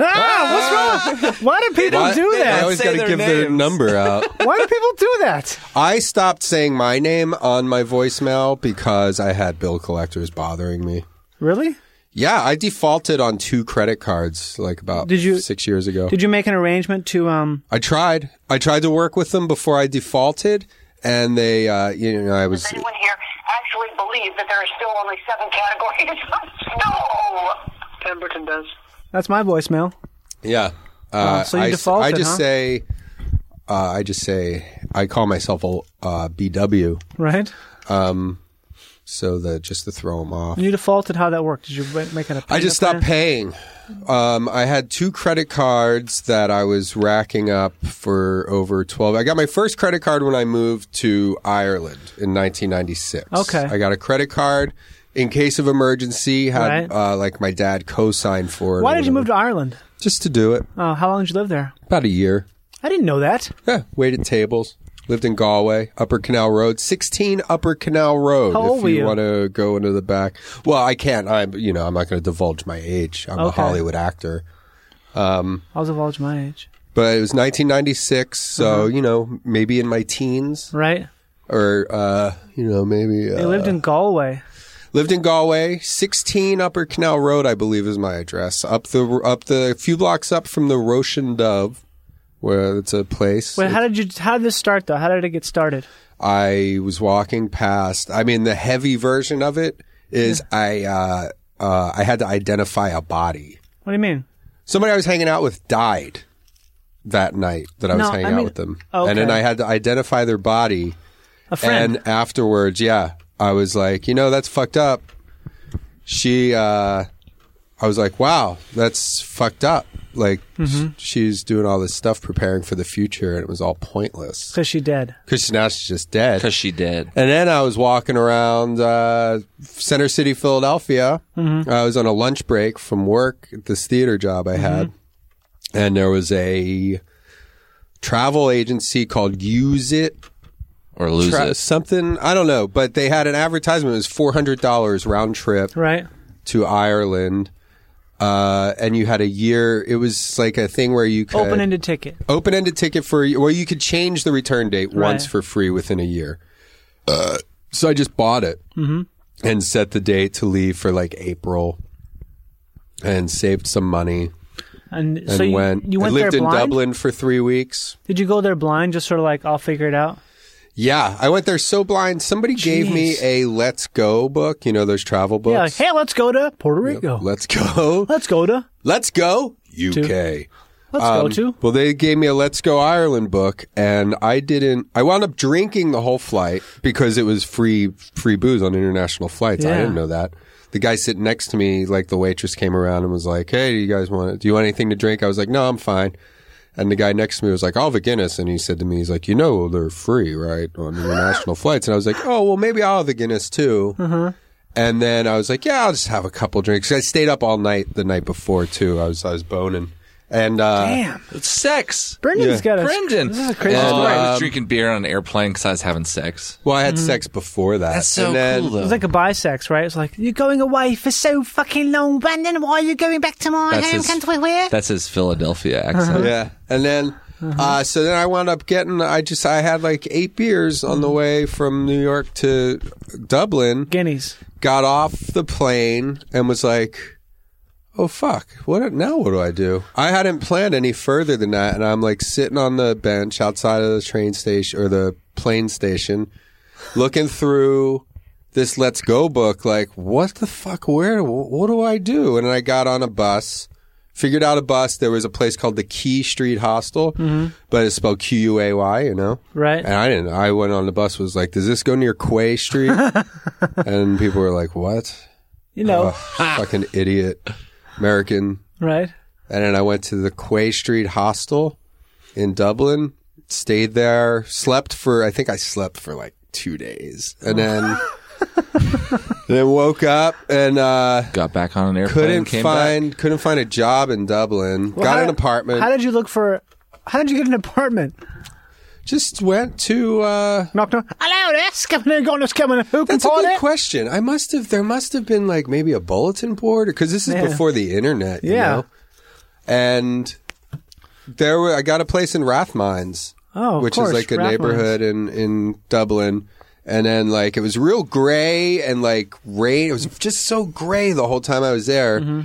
Ah, what's wrong? Why do people
Why-
do
They
that?
always got to give their number out.
Why do people do that?
I stopped saying my name on my voicemail because I had bill collectors bothering me.
Really?
Yeah, I defaulted on two credit cards like about
Did you-
six years ago.
Did you make an arrangement to um?
I tried. I tried to work with them before I defaulted, and they, uh, you know, I was.
Does anyone here actually believe that there are still only seven categories of snow? Pemberton does.
That's my voicemail.
Yeah. Uh,
so you
I, s-
defaulted,
I just
huh?
say, uh, I just say, I call myself a uh, BW,
Right?
so that just to throw them off.
And you defaulted how that worked. Did you ma- make an?
I just
payment
stopped paying. Um, I had two credit cards that I was racking up for over 12. I got my first credit card when I moved to Ireland in 1996.
Okay.
I got a credit card in case of emergency, had
Right.
uh, like my dad co-sign for it.
Why did you move to Ireland?
Just to do it.
Oh, how long did you live there?
About a year.
I didn't know that.
Yeah, waited tables. Lived in Galway, Upper Canal Road, sixteen Upper Canal Road.
How
if
old were you?
want to go into the back, well, I can't. I'm, you know, I'm not going to divulge my age. I'm a
Okay.
Hollywood actor,
I was of all my age.
but it was 1996,
Uh-huh.
so you know, maybe in my teens,
Right?
or uh, you know, maybe uh,
They lived in Galway.
lived in Galway, sixteen Upper Canal Road, I believe is my address. Up the up the a few blocks up from the Roche and Dove, where it's a place.
Wait, how did you? How did this start though? How did it get started?
I was walking past. I mean, the heavy version of it is I uh, uh, I had to identify a body.
What do you mean?
Somebody I was hanging out with died that night that I was
No,
hanging
I
out
mean- oh,
with them,
Okay.
and then I had to identify their body.
A friend.
And afterwards, yeah, I was like, you know, that's fucked up. She, uh, I was like, wow, that's fucked up. Like
Mhm.
s- she's doing all this stuff preparing for the future, and it was all pointless.
Because she dead.
Because now she's just dead. Because
she dead.
And then I was walking around uh, Center City, Philadelphia.
Mhm.
I was on a lunch break from work at this theater job I had.
Mm-hmm.
And there was a travel agency called Use It.
Or Lose It.
Something. I don't know. But they had an advertisement. It was $400 round trip
Right.
to Ireland. Uh, and you had a year. It was like a thing where you could
Open ended ticket.
open ended ticket for well, you could change the return date once
Right.
for free within a year. Uh, so I just bought it
Mm-hmm.
and set the date to leave for like April, and saved some money
And,
and
so you
went.
you went
I lived
there
in
blind.
Dublin for three weeks.
Did you go there blind? Just sort of like I'll figure it out.
Yeah, I went there so blind. Somebody gave me a Let's Go book. You know those travel books.
Yeah. Like, hey, let's go to Puerto Rico.
Let's go.
Let's go to.
Let's go UK.
Let's
Um,
go to.
Well, they gave me a Let's Go Ireland book, and I didn't. I wound up drinking the whole flight because it was free free booze on international flights. I
Yeah.
didn't know that. The guy sitting next to me, like the waitress, came around and was like, "Hey, do you guys want? Do you want anything to drink?" I was like, "No, I'm fine." And the guy next to me was like, "I'll have a Guinness," and he said to me, "He's like, you know, they're free, right, on international flights." And I was like, "Oh, well, maybe I'll have a Guinness too."
Uh-huh.
And then I was like, yeah, I'll just have a couple drinks. I stayed up all night the night before too. I was I was boning. And uh
Damn.
It's sex.
Brendan's
Yeah. uh,
got a.
Brendan.
This is a crazy
Oh,
story.
I was drinking beer on an airplane because I was having sex.
Well, I had sex before that.
That's so
And then-
cool, though.
It's like a bisex, right? It's like
You're going away for so fucking long, Brandon. Why are you going back to my
That's
home
his-
country? Where?
That's his Philadelphia
Uh-huh.
accent.
Yeah. And then uh so then I wound up getting I just I had like eight beers on the way from New York to Dublin.
Guineas.
Got off the plane and was like Oh fuck! What now? What do I do? I hadn't planned any further than that, and I'm like sitting on the bench outside of the train station or the plane station, looking through this Let's Go book. Like, what the fuck? Where? What do I do? And I got on a bus, figured out a bus. There was a place called the Key Street Hostel,
Mhm.
but it's spelled Q U A Y. You know,
Right.
And I didn't. I went on the bus. Was like, does this go near Quay Street? and people were like, what?
you know,
Ugh, fucking idiot, American.
right?
And then I went to the Quay Street Hostel in Dublin, stayed there, slept for, I think I slept for like two days. And then, then woke up and, uh,
got back on an airplane.
couldn't
came
find, couldn't find a job in Dublin.
Well,
got
how-
an apartment.
How did you look for? How did you get an apartment?
Just went to uh,
knocked on. Hello there, coming in, going to coming in. Who can
That's a
afford
good
it?
question. I must have, there must have been like maybe a bulletin board because this is
Yeah.
before the internet. You
Yeah.
Know? And there were, I got a place in Rathmines.
Oh, of
which
course,
is like a
Rathmines.
neighborhood in in Dublin. And then like it was real gray and like rain. It was just so gray the whole time I was there.
Mm-hmm.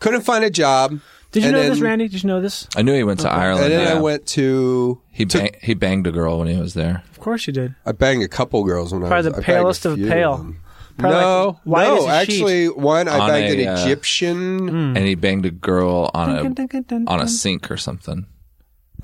Couldn't find a job.
Did you
And
know
then-
this, Randy? Did you know this?
I knew he went to Ireland.
And then I
Oh, yeah.
went to
He bang, he banged a girl when he was there.
Of course you did.
I banged a couple girls when I was
Probably
I
the
banged a
palest of
few
pale. Probably like
No,
white as
no,
a
actually,
sheet.
one I
On
banged
a,
an
uh, Hmm.
Egyptian
And he banged a girl on
Dun, dun, dun,
a
dun,
on a
dun.
sink or something.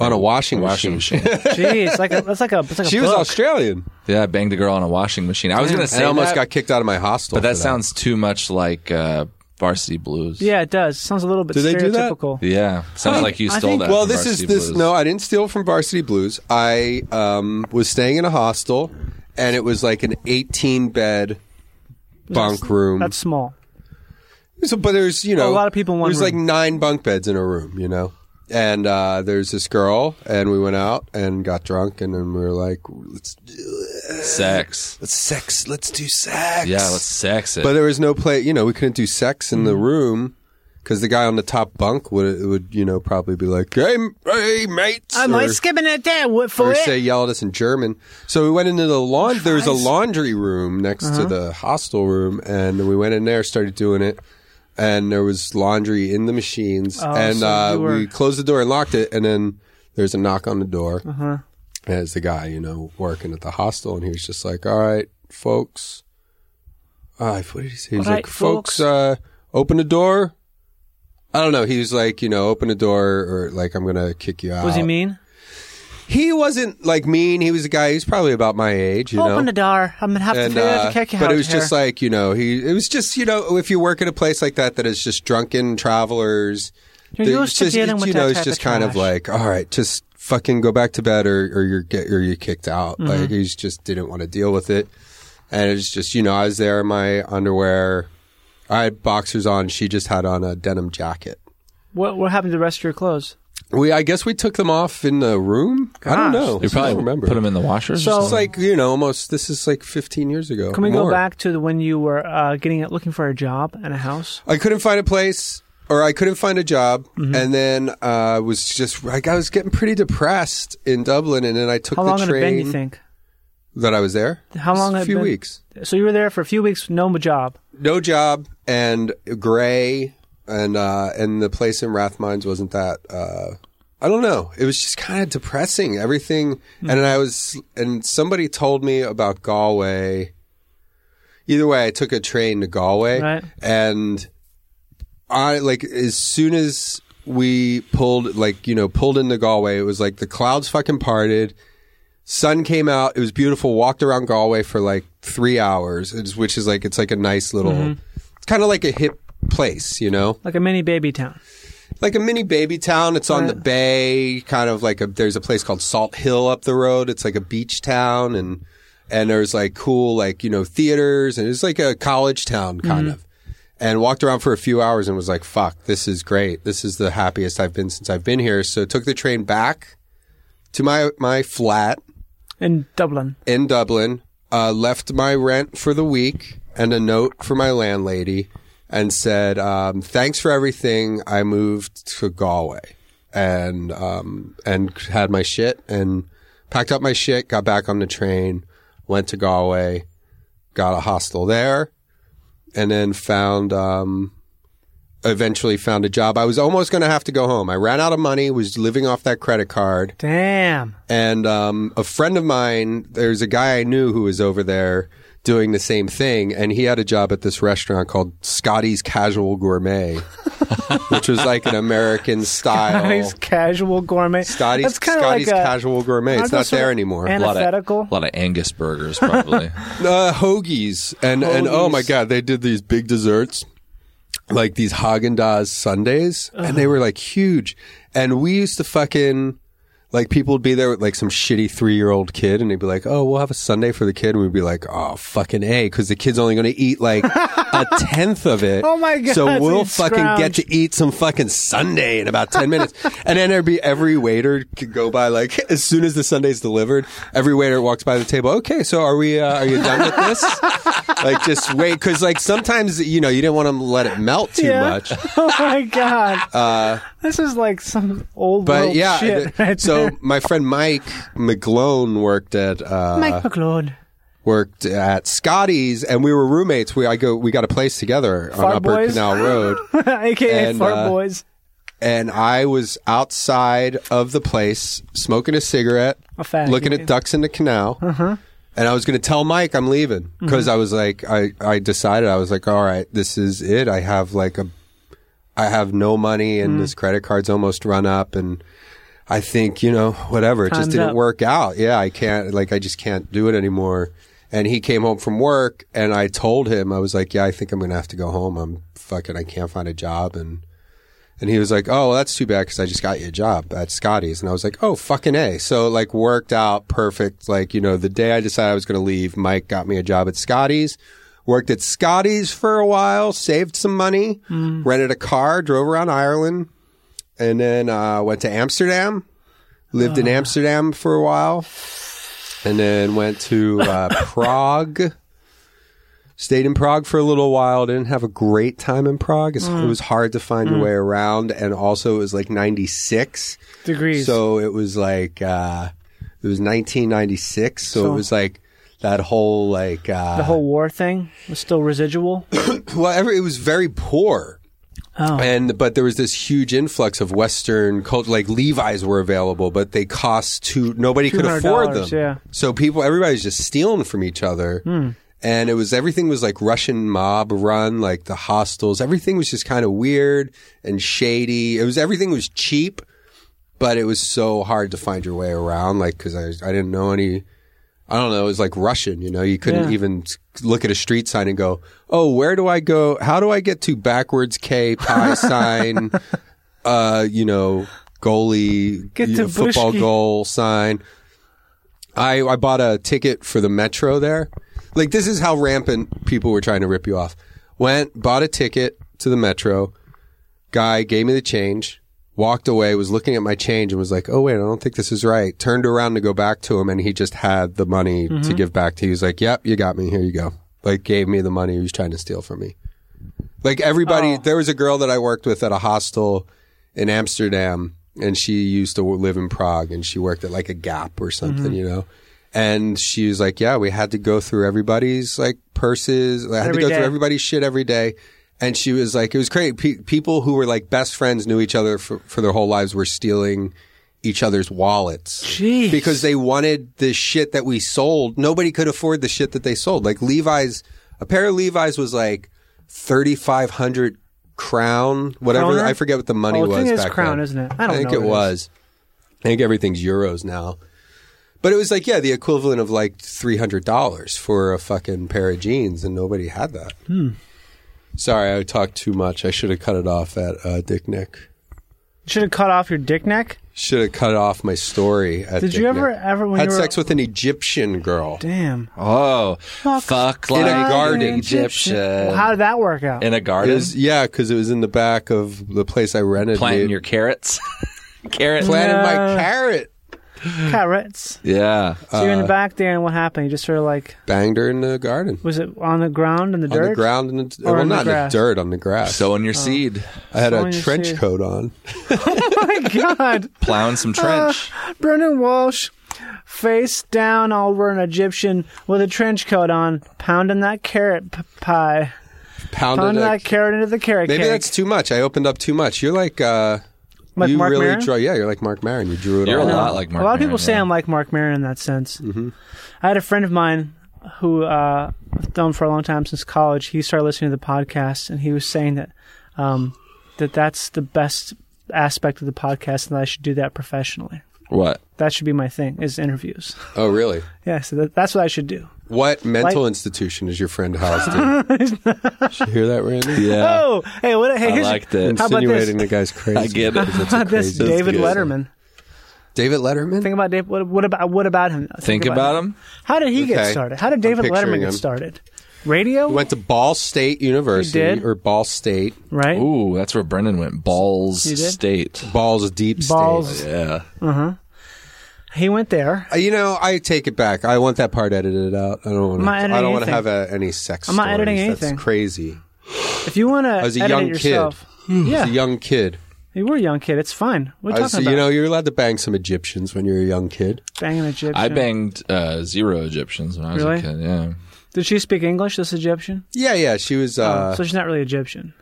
On a washing
washing machine.
Jeez, like a, that's like a. It's like a
She was
book.
Australian.
yeah, I banged a girl on a washing machine. I was
Damn.
gonna
And
say
I almost
that,
got kicked out of my hostel.
but
for
that sounds too much like uh, Varsity Blues.
Yeah, it does. Sounds a little bit
Do they do that?
stereotypical.
Yeah, sounds like you stole that.
Well,
from
this is
Varsity
this.
Blues.
No, I didn't steal from Varsity Blues. I um, was staying in a hostel, and it was like an 18 bed bunk room.
That's small.
So, but there's you
A
know
lot of people in one
There's like
room.
nine bunk beds in a room, you know. And uh, there's this girl, and we went out and got drunk, and then we were like, let's
sex.
Let's sex. Let's do sex.
Yeah, let's sex it.
But there was no play. You know, we couldn't do sex in the room because the guy on the top bunk would would you know probably be like, "Hey, m- hey mates,"
I
or,
might skipping it there. What for
or
it?
say yell at us in German. So we went into the laundry. There was a
Christ.
laundry room next to
Uh-huh.
the hostel room, and we went in there, started doing it. And there was laundry in the machines,
Oh,
and
so
uh,
you were-
we closed the door and locked it. And then there's a knock on the door,
Uh-huh.
and it's the guy, you know, working at the hostel, and he was just like, "All right, folks, Uh, what did he say? He's
All right,
like, folks, uh, open the door. I don't know. He was like, you know, open the door or like, I'm going to kick you out.
Was he mean?
He wasn't like mean. He was a guy, he's probably about my age, you know?
Open the door. I'm gonna have
And,
to figure out
uh,
to kick you
but
out
it was
here.
just like you know he it was just you know if you work at a place like that that is just drunken travelers
You're
they-
used
it's
to
just,
dealing
it's,
with
you
that
know it's
type
just
of
kind of
trash.
like all right just fucking go back to bed or, or you're get or you're kicked out
Mhm.
like he just didn't want to deal with it and it's just you know I was there in my underwear I had boxers on she just had on a denim jacket
what what happened to the rest of your clothes?
we I guess we took them off in the room I
Gosh.
don't know
You
I
probably
don't remember
put 'em in the washer or So-
it's like you know almost this is like 15 years ago
Can we go
more.
back to the, when you were uh, getting looking for a job and a house?
I couldn't find a place or I couldn't find a job.
Mm-hmm.
And then uh, I was just like, I was getting pretty depressed in Dublin. And then I took
How
the
long had it
train.
been, you think?
That I was there?
How
Just
long? had
A
it
few
been?
weeks.
So you were there for a few weeks, no job.
No job and gray. And, uh, and the place in Rathmines wasn't that, uh, I don't know. It was just kind of depressing. Everything.
Hmm.
And then I was, and somebody told me about Galway. Either way, I took a train to Galway.
Right.
And I like as soon as we pulled like you know pulled into Galway, it was like the clouds fucking parted. Sun came out. It was beautiful. Walked around Galway for like three hours, it's- which is like it's like a nice little.
Mhm.
It's kind of like a hip place, you know,
like a mini baby town.
Like a mini baby town. It's on the bay, kind of like a. There's a place called Salt Hill up the road. It's like a beach town, and and there's like cool like you know theaters, and it's like a college town kind
Mhm.
of and walked around for a few hours and was like, fuck, this is great. This is the happiest I've been since I've been here. So took the train back to my, my flat
in Dublin.
In Dublin, uh, left my rent for the week and a note for my landlady and said, um, thanks for everything. I moved to Galway and, um, and had my shit and packed up my shit, got back on the train, went to Galway, got a hostel there and then found um, eventually found a job. I was almost going to have to go home. I ran out of money, was living off that credit card.
Damn.
And um, a friend of mine, there's a guy I knew who was over there doing the same thing, and he had a job at this restaurant called Scotty's Casual Gourmet, which was like an American style.
Nice casual gourmet.
Scotty's,
That's kind of like
Scotty's
a,
Casual Gourmet. It's
aren't those
not
sort
there
of
anymore.
antithetical?
A lot of Angus burgers, probably. uh, hoagies and and oh
Hoagies.
my god, they did these big desserts, like these Haagen Dazs Sundays, and
Uh-huh.
they were like huge. And we used to fucking like people would be there with like some shitty three year old kid, and they'd be like, "Oh, we'll have a Sunday for the kid," and we'd be like, "Oh, fucking a," because the kid's only going to eat like a tenth of it.
Oh my God,
So
so
we'll
you'd
fucking get
scrounge.
to eat some fucking Sunday in about 10 minutes. and then there'd be every waiter could go by, like, as soon as the Sunday's delivered, every waiter walks by the table. Okay, so are we, uh, are you done with this? like, just wait. Cause, like, sometimes, you know, you didn't want to let it melt too
Yeah.
much.
oh my god,
Uh,
this is like some old
but
world
yeah,
shit.
the-
right
so
there.
my friend Mike McGlone worked at, uh,
Mike McLeod,
worked at Scotty's and we were roommates. We, I go, we got a place together on
Fart
Upper
Boys?
Canal Road.
aka
and,
Fart
uh,
Boys,
and I was outside of the place smoking a cigarette,
A fag,
looking
you
at
mean.
ducks in the canal.
Uh-huh.
And I was going to tell Mike I'm leaving because I was like, I, I decided, I was like, all right, this is it. I have like a, I have no money and
Mm.
this credit card's almost run up. And I think, you know, whatever, it just
Time's
didn't
up.
work out. Yeah. I can't, like, I just can't do it anymore. And he came home from work and I told him, I was like, yeah, I think I'm going to have to go home. I'm fucking, I can't find a job. And, and he was like, "Oh, well, that's too bad because I just got you a job at Scotty's." And I was like, "Oh, fucking a!" So like worked out perfect. Like you know, the day I decided I was going to leave, Mike got me a job at Scotty's. Worked at Scotty's for a while, saved some money,
Mm.
rented a car, drove around Ireland, and then uh, went to Amsterdam. Lived
Ah.
in Amsterdam for a while, and then went to uh, Prague. Stayed in Prague for a little while. Didn't have a great time in Prague. It's, It
Mm.
was hard to find your
Mm.
way around, and also it was like ninety six
Degrees.
So it was like uh, it was nineteen ninety six. So,
So-
it was like that whole like uh,
the whole war thing was still residual.
well, every, it was very poor.
Oh.
And but there was this huge influx of Western culture. Like Levi's were available, but they cost too. Nobody could afford them.
$200, yeah.
So people, everybody's just stealing from each other.
Hmm.
and it was everything was like Russian mob run, like the hostels. Everything was just kind of weird and shady. It was everything was cheap, but it was so hard to find your way around. Like because I I didn't know any. I don't know. It was like Russian. You know, you couldn't
Yeah.
even s- look at a street sign and go, "Oh, where do I go? How do I get to backwards K pi sign?" Uh, you know, goalie
Get
you
to
know, football
Bushki.
goal sign. I I bought a ticket for the metro there. Like this is how rampant people were trying to rip you off. Went bought a ticket to the metro. Guy gave me the change. Walked away. Was looking at my change and was like, "Oh wait, I don't think this is right." Turned around to go back to him, and he just had the money to
Mhm.
give back to. you. He was like, "Yep, you got me. Here you go." Like gave me the money he was trying to steal from me. Like
Oh.
everybody, there was a girl that I worked with at a hostel in Amsterdam, and she used to w- live in Prague, and she worked at like a Gap or something,
Mhm.
you know. And she was like, "Yeah, we had to go through everybody's like purses. I had
Every
to go
day.
through everybody's shit every day." And she was like, "It was great. Pe- people who were like best friends knew each other for, for their whole lives were stealing." Each other's wallets because they wanted the shit that we sold. Nobody could afford the shit that they sold. Like Levi's, a pair of Levi's was like thirty five hundred crown, whatever.
Kroner?
I forget what the money
Oh, I
was
think it's
back
crown,
then.
isn't it? I don't
think
know
it
what it
was. I think everything's euros now. But it was like, yeah, the equivalent of like three hundred dollars for a fucking pair of jeans, and nobody had that.
Hmm.
Sorry, I talked too much. I should have cut it off at uh, Dick Nick.
Should have cut off your dick neck.
Should have cut off my story. At
Did
Dick
you ever-
Nick.
ever when
had
you were-
sex with an Egyptian girl?
Damn.
Oh,
Fuck In a like garden. an Egyptian. Well, how did that work out?
In a garden?
It was- yeah, because it was in the back of the place I rented.
Planting
your
carrots. Carrot.
Planted my
No.
carrot.
Carrots.
Yeah.
So you're in the back there, and what happened? You just sort of like
Uh, Banged her in the garden.
was it on the ground in the
on
dirt?
the ground in the,
Or
well
in the
not in the
grass?
dirt on the grass
Sowing your seed.
i had
Sowing
a
your
trench
seed.
coat on
oh my god.
Plowing some trench.
Uh, Brendan Walsh, face down over an Egyptian with a trench coat on, pounding that carrot p- pie.
pounded a-
that carrot into the carrot
maybe
cake.
that's too much i opened up too much you're like uh
Like
you
Marc
really
Maron?
draw yeah you're like mark Maron. you drew it
You're a
all
lot
out.
like
a lot of people say I'm like Mark Maron in that sense.
Mm-hmm.
I had a friend of mine who uh, I've known for a long time since college. He started listening to the podcast, and he was saying that um, that that's the best aspect of the podcast, and that I should do that professionally.
What?
That should be my thing is interviews.
oh really
yeah, so that, that's what I should do.
what mental
Like-
institution is your friend housed in Did you hear that randy
Oh, hey, what? Hey,
I
here's
liked it.
How about this?
Insinuating the guy's crazy. I get it.
How
That's a
about this?
crazy-
David
That's good.
Letterman.
David Letterman.
Think about Dave. What, what about what about him?
Think about him?
How did he get
Okay.
started? How did
I'm
David
picturing
Letterman
him.
get started? Radio.
went to ball state university
You did?
or ball state
right
ooh that's where brendan went balls
You did?
state
balls deep
Balls.
state yeah
Uh huh. He went there.
Uh, You know, I take it back. I want that part edited out. I don't
I'm not
want. to. I
editing
don't want to
anything.
have uh any sex.
I'm not
stories.
editing anything.
That's crazy.
If you want to
I was a
edit
young
it yourself,
kid. I
yeah,
was a young kid.
you were a young kid. It's fine. What are
I
you
was-
talking about?
you know, you're allowed to bang some Egyptians when you're a young kid.
Banging Egyptian.
i banged uh, zero egyptians when i was
Really?
a kid yeah
Did she speak English? This Egyptian.
Yeah, yeah. She was. Uh,
Oh, so she's not really Egyptian.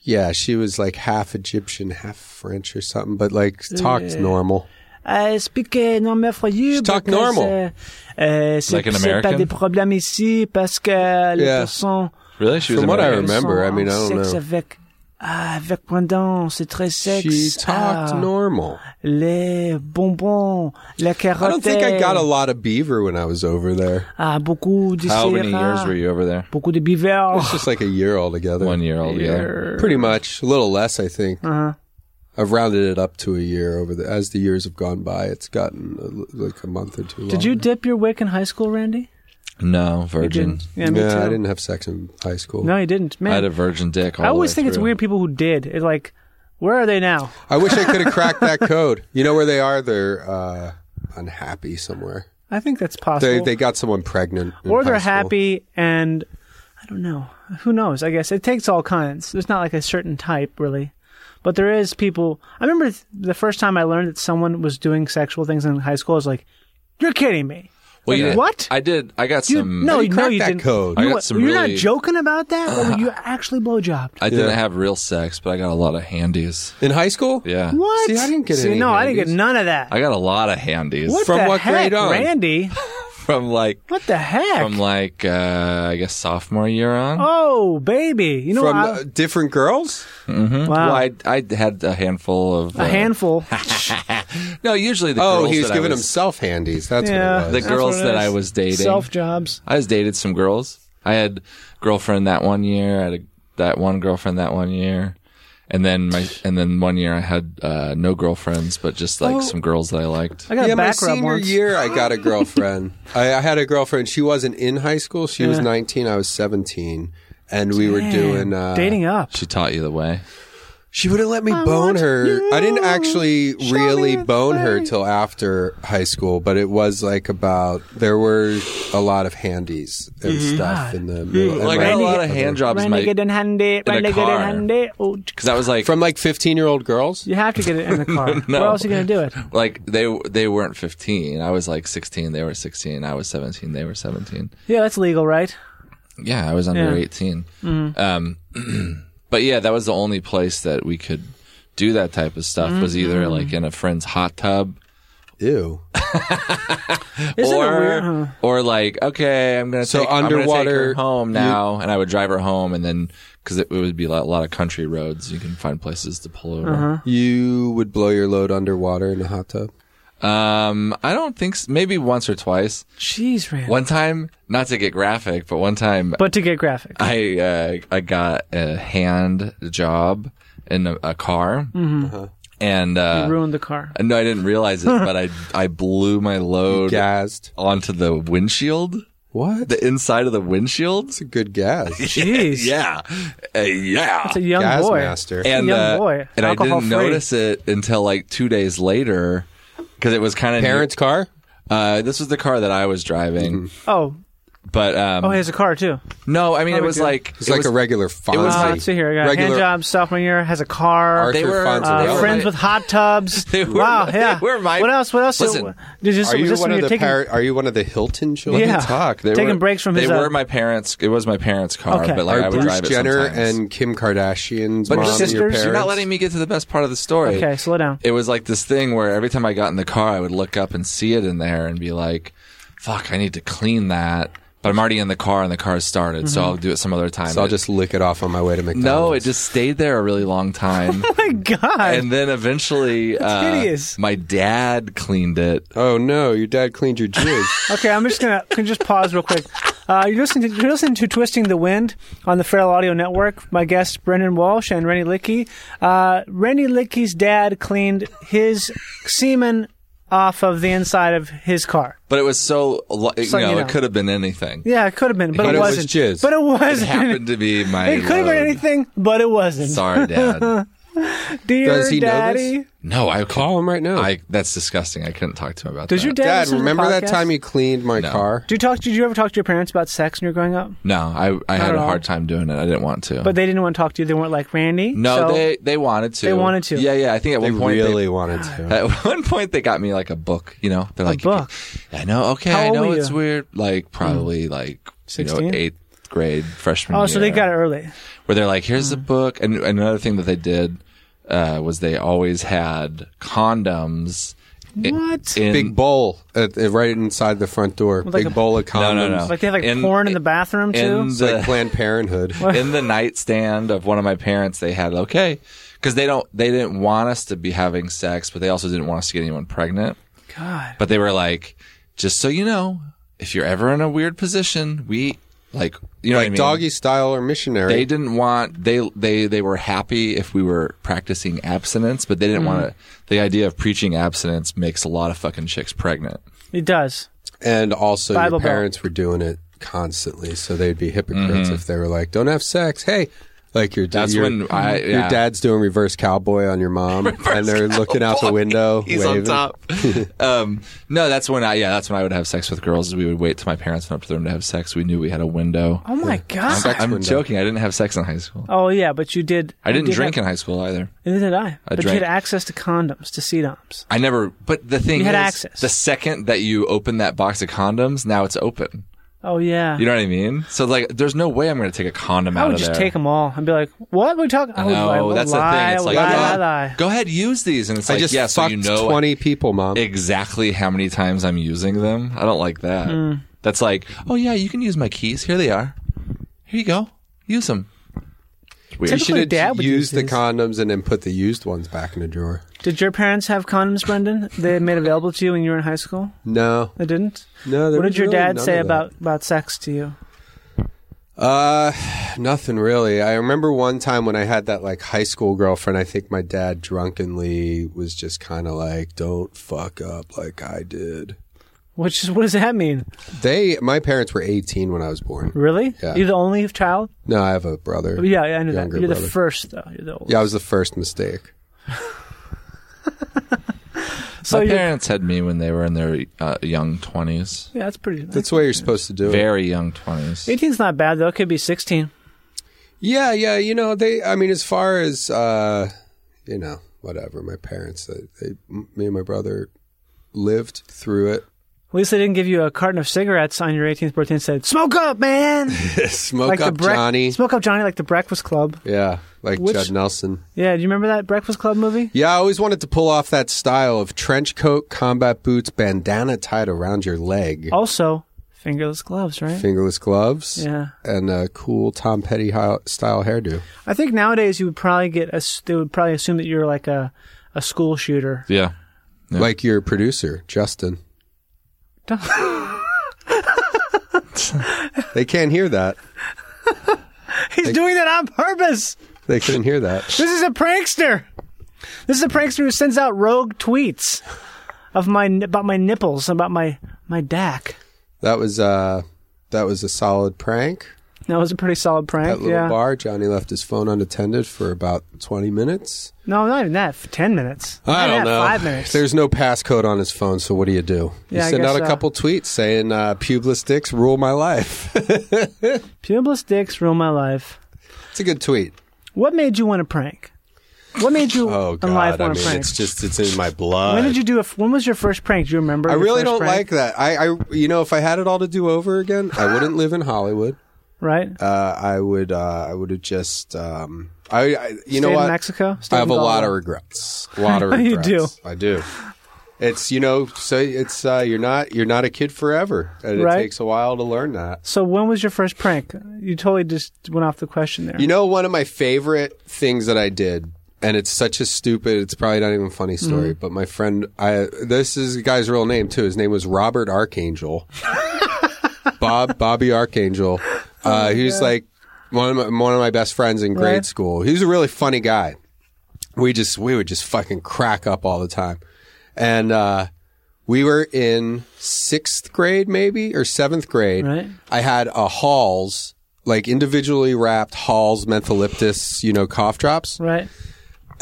yeah, she was like half Egyptian, half French or something, but like talked
Yeah.
normal.
I speak uh, normal for you. She
talk normal.
Uh, c'est
Like an
c'est pas
American?
des problèmes ici parce que les
Yeah.
personnes
Really? She was
From what I
American?
remember, I
Son
mean, I don't
sexe
know.
avec ah, avec Brendan, c'est très sexe.
She talked
Ah,
normal.
Les bonbons, la carotte.
I don't think I got a lot of beaver when I was over there.
Ah, beaucoup de
How many
syrah,
years were
you over there?
Beaucoup de bivers.
It's just like a year altogether. One
year
altogether.
Pretty much. A little less, I think.
Uh-huh.
I've rounded it up to a year over the as the years have gone by. It's gotten a l like a month or two.
Did you dip your wick in high school, Randy?
no virgin
didn't? Yeah, me
I
too.
didn't have sex in high school.
No, you didn't. Man,
i had a virgin dick all
I
the
always
Oh,
way
think it's
through.
weird people who did. It like, where are they now?
I wish I could have cracked that code. You know where they are? They're uh, unhappy somewhere.
I think that's
They
possible.
they got someone pregnant. in
or they're
high school.
happy and I don't know. Who knows? I guess it takes all kinds. There's not like a certain type really. But there is people. I remember th- the first time I learned that someone was doing sexual things in high school. I was like, "You're kidding me!
well,
Like,
yeah,
what?
i did i got
You-
some
no, you, no, you didn't. You,
i got
what-
some
you're
really
not joking about that. Or were you actually blowjobbed?
i didn't have real sex but i got a lot of handies
in high school
yeah
What?
See, I didn't get
See,
any
no, I didn't get
handies.
none of that.
i got a lot of handies
What the heck, Randy?
from like
What the heck?
from like uh, I guess sophomore year on.
Oh, baby. You know
From,
what? I-
uh,
Different girls?
Mm-hmm.
Wow.
Well, I, I had a handful of
a
uh,
handful.
no, usually the
oh,
girls
he was
that I
giving
was-
himself handies. That's
yeah,
what it
The
was.
that's
girls
what it
that I
is.
was dating.
Self jobs.
I was dated some girls. I had girlfriend that one year. I had a, that one girlfriend that one year, and then my and then one year I had uh, no girlfriends, but just like
Oh.
some girls that I liked.
I got
yeah,
a
my
back rub
senior
once.
year, I got a girlfriend. I, I had a girlfriend. She wasn't in high school. She was
Yeah.
19. I was 17. And we were
Damn.
doing. Uh,
dating up.
She taught you the way.
She wouldn't let me bone her. I didn't actually really bone her till after high school, but it was like about. There were a lot of handies and stuff in the middle. and
Like I
my
got a lot of
other-
hand jobs, in my-
Renegade and Hyundai,
a
renegade
car.
and Hyundai. Oh, j-
Because I was like,
From like 15 year old girls?
you have to get it in the car.
No.
Where else are you going to do it?
like they they weren't 15. I was like 16. They were 16. I was 17. They were 17.
Yeah, that's legal, right?
Yeah, I was under
Yeah. Mm.
18. Um, but yeah, that was the only place that we could do that type of stuff was either
Mm-hmm.
like in a friend's hot tub
Ew.
Isn't
or
it weird? huh?
or like okay, I'm gonna
So
take, I'm gonna take her
underwater-
home now, and I would drive her home, and then because it, would be a lot, lot of country roads, you can find places to pull
Uh-huh.
over.
You would blow your load underwater in a hot tub?
Um, I don't think s maybe once or twice.
Jeez, Rand.
One time, not to get graphic, but one time
But to get graphic.
I uh, I got a hand job in a, a car,
Uh-huh.
and uh,
Mm-hmm. ruined the car.
no, I didn't realize it, but I I blew my load
Gassed.
onto the windshield,
What?
the inside of the windshield.
That's a good gas.
Jeez.
Yeah, Uh, yeah.
It's a young
gas
boy.
master.
and
young
uh,
boy,
and I didn't
alcohol-free.
notice it until like two days later because it was kind of
Parents' car? Mm-hmm.
Uh, this was the car that I was driving,
Oh,
but um,
oh, he has a car too.
no, I mean it was
good.
like
It's
it
like
was-
a regular Fonzie.
was
Uh, let's see here. I got
regular
hand job sophomore year. Has a car.
Arthur
They were,
Fonzie.
uh,
They
Uh,
were
friends
my-
with hot tubs.
They were-
wow, yeah.
they were my-
what else? What else?
Listen,
Did you-
Are
was
you
this when
one
you
of
were
the
taking-
par- Are you one of the Hilton children?
Yeah.
talk. They
Taking
were,
breaks from
they
his,
were
uh,
my parents. It was my parents' car,
Okay.
but like I
Are
would
Bruce
drive it
Jenner
sometimes.
and Kim Kardashian's
but
mom
it's just-
your parents?
you're not letting me get to the best part of the story.
Okay, slow down.
It was like this thing where every time I got in the car, I would look up and see it in there and be like, "Fuck, I need to clean that." But I'm already in the car and the car's started, so
Mm-hmm.
I'll do it some other time.
So I'll
It-
just lick it off on my way to McDonald's.
no, it just stayed there a really long time.
Oh my God.
And then eventually, uh,
hideous.
my dad cleaned it.
Oh no, your dad cleaned your jizz.
Okay, I'm just gonna can just pause real quick. Uh, you're listening to you're listening to Twisting the Wind on the Feral Audio Network. My guests Brendan Walsh and Rennie Licky. Uh, Rennie Licky's dad cleaned his semen off of the inside of his car.
But it was so, lo- you
So, you
know,
know.
it could have been anything.
Yeah, it could have been, but,
But
it
it was
wasn't.
jizz.
But it
It
wasn't.
happened to be my.
It could have been
load.
anything, but it wasn't.
Sorry, Dad.
Dear
Does he know
Daddy,
this?
No, I
Call
call
him right now.
I. That's disgusting. I couldn't talk to him about
does
that.
your dad?
Uh, dad,
listen to the
remember that
podcast?
time you cleaned my
No.
car?
Did you talk? Did you ever talk to your parents about sex when you were growing up?
No, I. I had
at
a
all.
hard time doing it. I didn't want to.
But they didn't want to talk to you. They weren't like Randy.
no,
so-
they they wanted to.
They wanted to.
Yeah, yeah. I think at
They
one point
really
they,
wanted to.
At one point, they got me like a book. You know, they're like
book?
I know. Okay,
How
I
old
know
were
it's
you? Hmm.
weird. Like probably like you
16?
know eighth grade freshman.
Oh, so they
year,
got Hmm. it early.
Where they're like, here's the book, and another thing that they did uh, was they always had condoms. i-
What?
in-
Big bowl uh, uh, right inside the front door.
like
Big
a-
bowl of condoms.
no, no.
Like they have like
In-
porn in the bathroom too.
in
It's
the-
like Planned Parenthood.
in the nightstand of one of my parents they had okay because they don't they didn't want us to be having sex but they also didn't want us to get anyone pregnant
God.
but they were like just so you know if you're ever in a weird position we like you know what I
like
mean?
doggy style or missionary.
they didn't want they they they were happy if we were practicing abstinence but they
Mm.
didn't want to the idea of preaching abstinence makes a lot of fucking chicks pregnant
It does.
And also,
Bible
your
Belt.
parents were doing it constantly, so they'd be hypocrites if they were like, "Don't have sex." Hey, like your
Mm-hmm. That's
your,
when I-
your
yeah.
dad's doing reverse cowboy on your mom, and they're looking out the window.
He's
waving.
on top. um, no, that's when I yeah, that's when I would have sex with girls. Is we would wait till my parents went up to them to have sex. We knew we had a window.
Oh my God.
Sex
I'm
window.
joking. I didn't have sex in high school.
Oh yeah, but you did.
I didn't
you did
drink
Have,
in high school either.
neither did I. but you
drank.
had access to condoms, to CDOMs.
I never. But the thing
You had
is,
access.
the second that you open that box of condoms, now it's open.
Oh yeah.
You know what I mean? So like, there's no way I'm going to take a condom
I
out
would
of
just
there.
take them all and be like, "What are we talking?" I would
No,
Oh,
lie, I would
that's
lie,
the thing. It's
I would
like,
lie,
yeah,
lie, lie.
go ahead, use these, and it's
I
like,
just
yeah, so you
fucked
know
20 people, mom,
exactly how many times I'm using them. I don't like that.
Mm.
That's like, oh yeah, you can use my keys. Here they are. Here you go. Use them.
You should have used the condoms and then put the used ones back in the drawer.
Did your parents have condoms, Brendan? They made available to you when you were in high school.
No,
They didn't.
no. there
what
was
did your
really
dad
none
say
of that.
about about sex to you?
Uh, nothing really. I remember one time when I had that like high school girlfriend. I think my dad drunkenly was just kind of like, "Don't fuck up like I did."
Which is what does that mean?
They, my parents were 18 when I was born.
Really?
Yeah.
You're the only child.
No, I have a brother.
Yeah, yeah, I knew that.
younger
You're the
brother.
first though. You're the oldest.
Yeah, I was the first mistake.
So
my
you're-
parents had me when they were in their uh, young twenties.
Yeah, that's pretty.
That's the way you're supposed to do it.
Very young twenties.
18's not bad though. It could be 16.
Yeah, yeah. You know, they. I mean, as far as uh, you know, whatever. My parents, they, they, me and my brother, lived through it.
At least they didn't give you a carton of cigarettes on your 18th birthday and said, "Smoke up, man."
Smoke
Like the
up,
Breck-
Johnny.
Smoke up, Johnny, like the Breakfast Club.
yeah, like
Which-
Judd Nelson.
Yeah, do you remember that Breakfast Club movie?
Yeah, I always wanted to pull off that style of trench coat, combat boots, bandana tied around your leg,
Also, fingerless gloves, right?
fingerless gloves,
Yeah.
and a cool Tom Petty hi- style hairdo.
I think nowadays you would probably get. ass- They would probably assume that you're like a a school shooter.
Yeah.
Like your producer, Justin. they can't hear that.
He's doing that on purpose.
They couldn't hear that.
This is a prankster. This is a prankster who sends out rogue tweets of my about my nipples, about my my dac.
That was uh that was a solid prank.
That was a pretty solid
That
prank.
little
Yeah.
bar, Johnny left his phone unattended for about twenty minutes.
No, not even that. For Ten minutes.
I
Not
don't
even that,
know.
Five minutes.
There's no passcode on his phone, so what do you do?
Yeah, I
you send out
guess,
a
uh,
couple tweets saying uh, "Pubeless dicks rule my life."
Publess dicks rule my life.
it's a good tweet.
What made you want to prank? What made you
Oh
in life
God! I
want to
mean,
prank?
it's just it's in my blood.
when did you do? A, f- when was your first prank? Do you remember?
I
your
really
first
don't
prank?
like that. I, I, you know, if I had it all to do over again, I wouldn't live in Hollywood.
Right.
Uh, I would, uh, I would have just, um, I, I you
Stayed
know
in
what?
Mexico? Stayed
I have
in
a lot of
Guadalajara?
regrets. A lot of
I know you
regrets. I do. It's you know, so it's uh, you're not you're not a kid forever, and
Right.
it takes a while to learn that.
So when was your first prank? You totally just went off the question there.
You know, one of my favorite things that I did, and it's such a stupid, it's probably not even a funny story, but my friend, I this is the guy's real name too. His name was Robert Archangel, Bob Bobby Archangel. Uh, he was like one of my, one of my best friends in grade
Right.
school. He was a really funny guy. We just we would just fucking crack up all the time, and uh, we were in sixth grade maybe or seventh grade.
Right.
I had a Halls, like individually wrapped Halls mentholyptus, you know, cough drops.
right.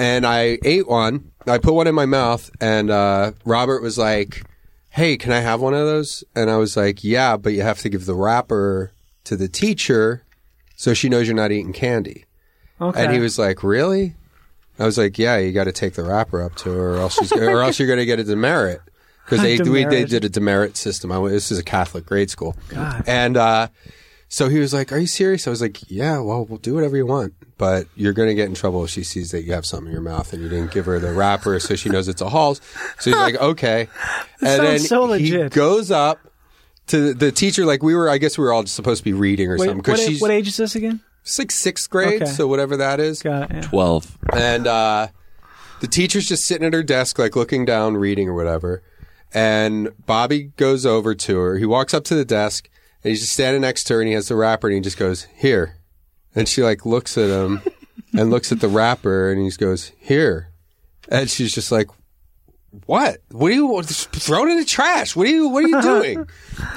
And I ate one. I put one in my mouth, and uh, Robert was like, Hey, can I have one of those? And I was like, Yeah, but you have to give the wrapper to the teacher so she knows you're not eating candy.
Okay.
And he was like, "Really?" I was like, "Yeah, you got to take the wrapper up to her, or else she's, or else you're going to get a demerit." Because they we, they
Demerit.
did a demerit system. I went, this is a Catholic grade school,
God.
and uh, so he was like, "Are you serious?" I was like, "Yeah, well, we'll do whatever you want, but you're going to get in trouble if she sees that you have something in your mouth and you didn't give her the wrapper, so she knows it's a Halls." So he's like, "Okay," and then
sounds so
he
legit.
goes up to the teacher. Like we were, I guess we were all just supposed to be reading or
Wait,
something
what,
because
a-
she's
what age is this again?
it's like sixth grade,
Okay.
so whatever that is.
Got it. yeah.
Twelve.
And uh, the teacher's just sitting at her desk, like looking down, reading or whatever. And Bobby goes over to her. He walks up to the desk and he's just standing next to her and he has the wrapper and he just goes, Here. And she like looks at him and looks at the wrapper and he just goes, Here. And she's just like, what? What are you throw it in the trash? What are you What are you doing?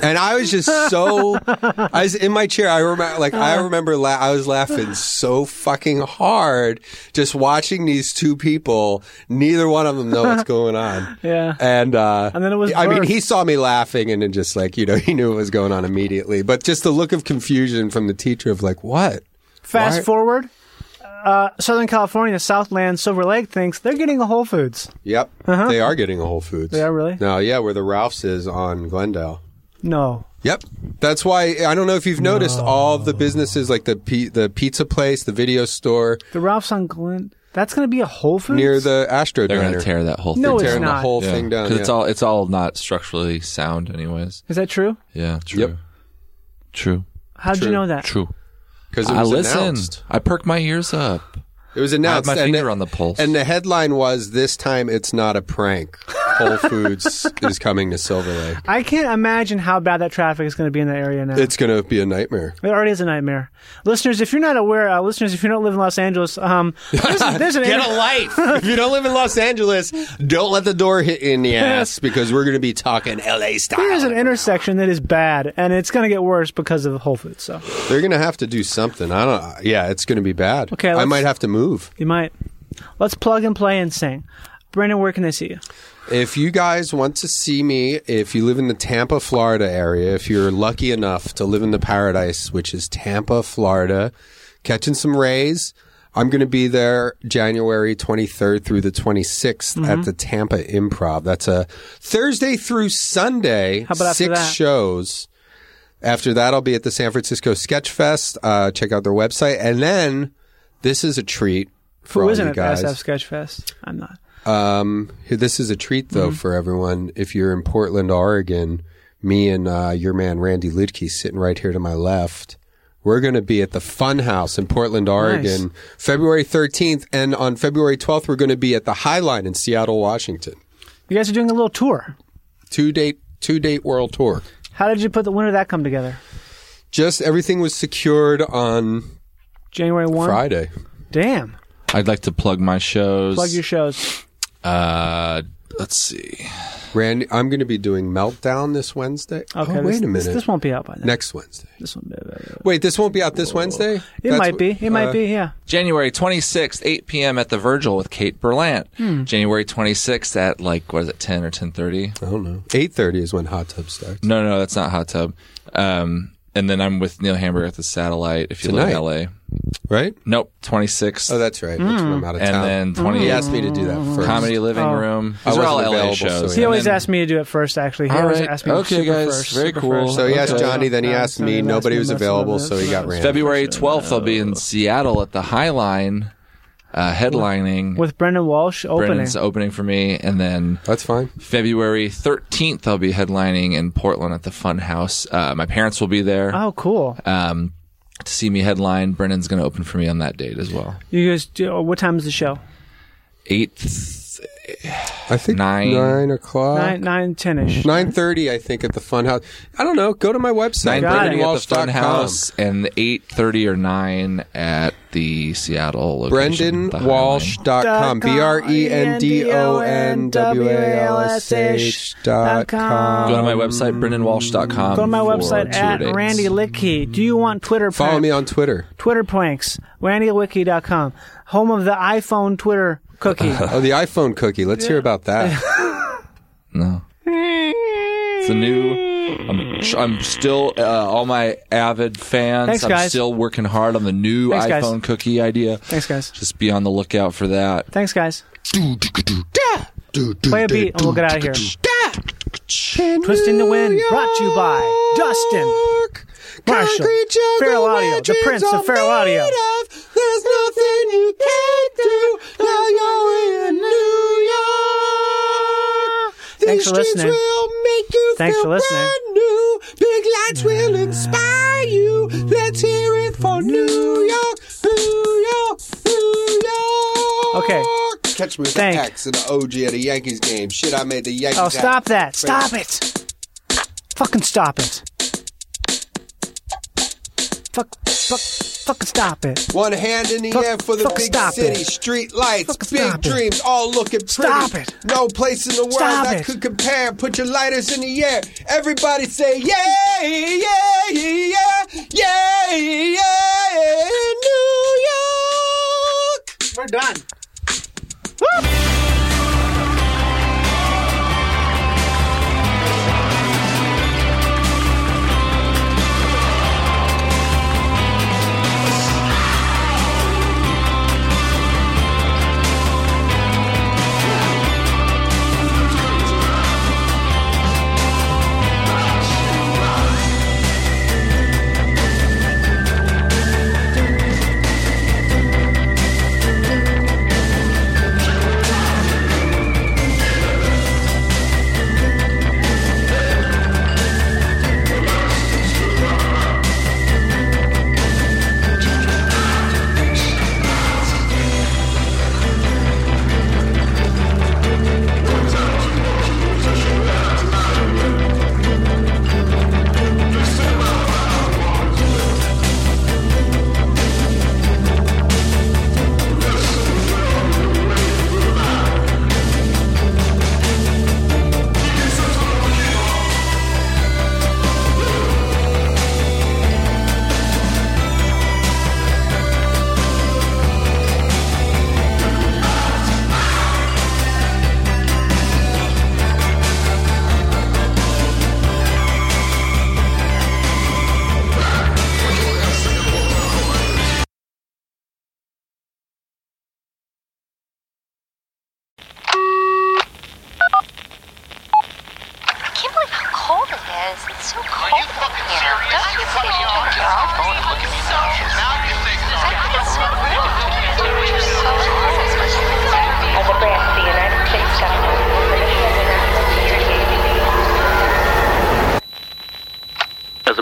and I was just so I was in my chair. I remember, like I remember, la- I was laughing so fucking hard just watching these two people. Neither one of them know what's going on.
Yeah.
And uh,
And then it was
I mean,
birth.
he saw me laughing and then just like you know he knew what was going on immediately. But just the look of confusion from the teacher of like what?
Fast
Why-
forward. Uh, Southern California, Southland, Silver Lake thinks they're getting a Whole Foods.
Yep, they are getting a Whole Foods.
They Uh-huh. are really?
No, yeah, where the Ralphs is on Glendale.
No.
Yep. That's why I don't know if you've noticed all the businesses like the pi- the pizza place, the video store
The Ralph's on Glen. That's going to be a Whole Foods
near the Astro
They're
Diner.
going to tear that whole thing.
No, it's
down.
not.
the whole
Yeah.
thing down.
'Cause it's
yeah.
all it's all not structurally sound, anyways.
Is that true?
Yeah, true. True.
How'd you
True.
know that?
True.
'Cause it
I
was
listened.
announced.
I perked my ears up.
It was announced.
I had my
and
finger
the-
on the pulse.
And the headline was this time it's not a prank. Whole Foods is coming to Silver Lake.
I can't imagine how bad that traffic is going to be in that area now.
It's going to be a nightmare.
It already is a nightmare. Listeners, if you're not aware, uh, listeners, if you don't live in Los Angeles, um, there's, a- there's an
Get a life. if you don't live in Los Angeles, don't let the door hit you in the ass because we're going to be talking LA style.
There is an intersection that is bad, and it's going to get worse because of Whole Foods. So
They're going to have to do something. I don't yeah, it's going to be bad.
Okay,
I
let's-
might have to move.
you might. Let's plug and play and sing. Brandon, where can they see you?
If you guys want to see me, if you live in the Tampa, Florida area, if you're lucky enough to live in the paradise, which is Tampa, Florida, catching some rays, I'm going to be there January 23rd through the 26th
Mm-hmm.
at the Tampa Improv. That's a Thursday through Sunday,
about after
six
that?
shows. After that, I'll be at the San Francisco Sketch Fest. Uh, check out their website. And then this is a treat for
Who
all
isn't
you
at
guys.
SF Sketchfest? I'm not. Mm-hmm.
Um, this is a treat though for everyone. If you're in Portland, Oregon, me and uh, your man Randy Lidke sitting right here to my left. We're going to be at the Fun House in Portland, Oregon, February 13th, and on February 12th we're going to be at the Highline in Seattle, Washington.
You guys are doing a little tour.
Two date, two date world tour.
How did you put the when did that come together?
Just everything was secured on
January one.
Friday.
Damn.
I'd like to plug my shows.
Plug your shows.
uh, let's see.
Randy, I'm going to be doing Meltdown this Wednesday.
Okay.
oh,
this,
wait a
this-
minute.
This, won't be out by then.
Next Wednesday.
This one.
Wait, this won't be out this Wednesday. uh,
It might be. It might be. Yeah.
January 26th, 8 p.m. at the Virgil with Kate Berlant.
Hmm.
January 26th at like what is it, 10 or 10:30?
I don't know. Eight thirty is when Hot Tub starts.
No, no, that's not Hot Tub. Um, and then I'm with Neil Hamburger at the Satellite. If you
Tonight.
live in LA,
right?
Nope, 26th.
Oh, that's right. That's when I'm out of
and
town.
then 20
He asked me to do that first.
Comedy Living
Oh.
Room.
I
These are all
wasn't
LA
available, so
shows.
yeah.
He always
And
asked me to do it first. Actually, he
All
always
right.
asked me. to
Okay,
super
guys.
First,
Very
super
cool.
First.
So he asked
Okay.
Johnny, then he
Uh,
asked
so
me.
he asked
Nobody
me
was
this one,
available,
this
so he
one,
got
this
ran.
then February 12th, I'll be in Seattle at the Highline, uh, headlining
with Brendan Walsh opening.
Brennan's opening for me, and then
That's fine.
February 13th, I'll be headlining in Portland at the Fun House. Uh, my parents will be there
Oh, cool.
Uh,
um, to see me headline. Brennan's going to open for me on that date as well.
You guys, do, uh, what time is the show?
8th,
I think
Nine.
nine o'clock.
Nine, nine, ten ish.
uh, Nine thirty, I think, at the Funhouse. I don't know. Go to my website,
9
Got
at
it.
the Fun
BrendanWalsh.com.
House, and 8.30 or 9 at the Seattle location. the Highline.
BrendanWalsh.com. B R E N D O N W A L S H dot com.
Go to my website, BrennanWalsh.com.
Go to my
for
website
tour
at
dates.
Randy Licky. Do you want Twitter?
Follow
prank-
me on Twitter.
Twitter pranks. RandyLicky.com, home of the iPhone Twitter cookie.
Oh, the iPhone cookie. Let's hear about that.
No. It's a new. I'm, tr- I'm still uh, all my avid fans.
Thanks,
I'm
guys.
still working hard on the new
Thanks, guys.
iPhone cookie idea.
Thanks, guys.
Just be on the lookout for that.
Thanks, guys. Play a beat and we'll get out of here. Twisting the Wind, brought to you by Dustin. Marshall, Feral Audio, the Prince of Feral Audio.
There's nothing you can't do now you're in New York. These
Thanks for
streets
listening.
will make you
Thanks
feel
for listening.
brand new. Big lights will inspire you. Let's hear it for New York, New York, New York.
Okay.
Catch me with
Thank-
the X and the OG at a Yankees game. Shit, I made the Yankees.
Oh,
happy.
stop that. Stop it. Fucking stop it. Fuck, fuck, fucking stop it.
One hand in the
Fuck-
air for the
fuck,
big
stop
city,
it.
street lights,
Fuck,
big
stop it.
dreams, all looking pretty.
Stop it.
No place in the world
Stop
that
it.
could compare. Put your lighters in the air. Everybody say, yeah, yeah, yeah, yeah, yeah, New York.
We're done.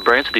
Grants of the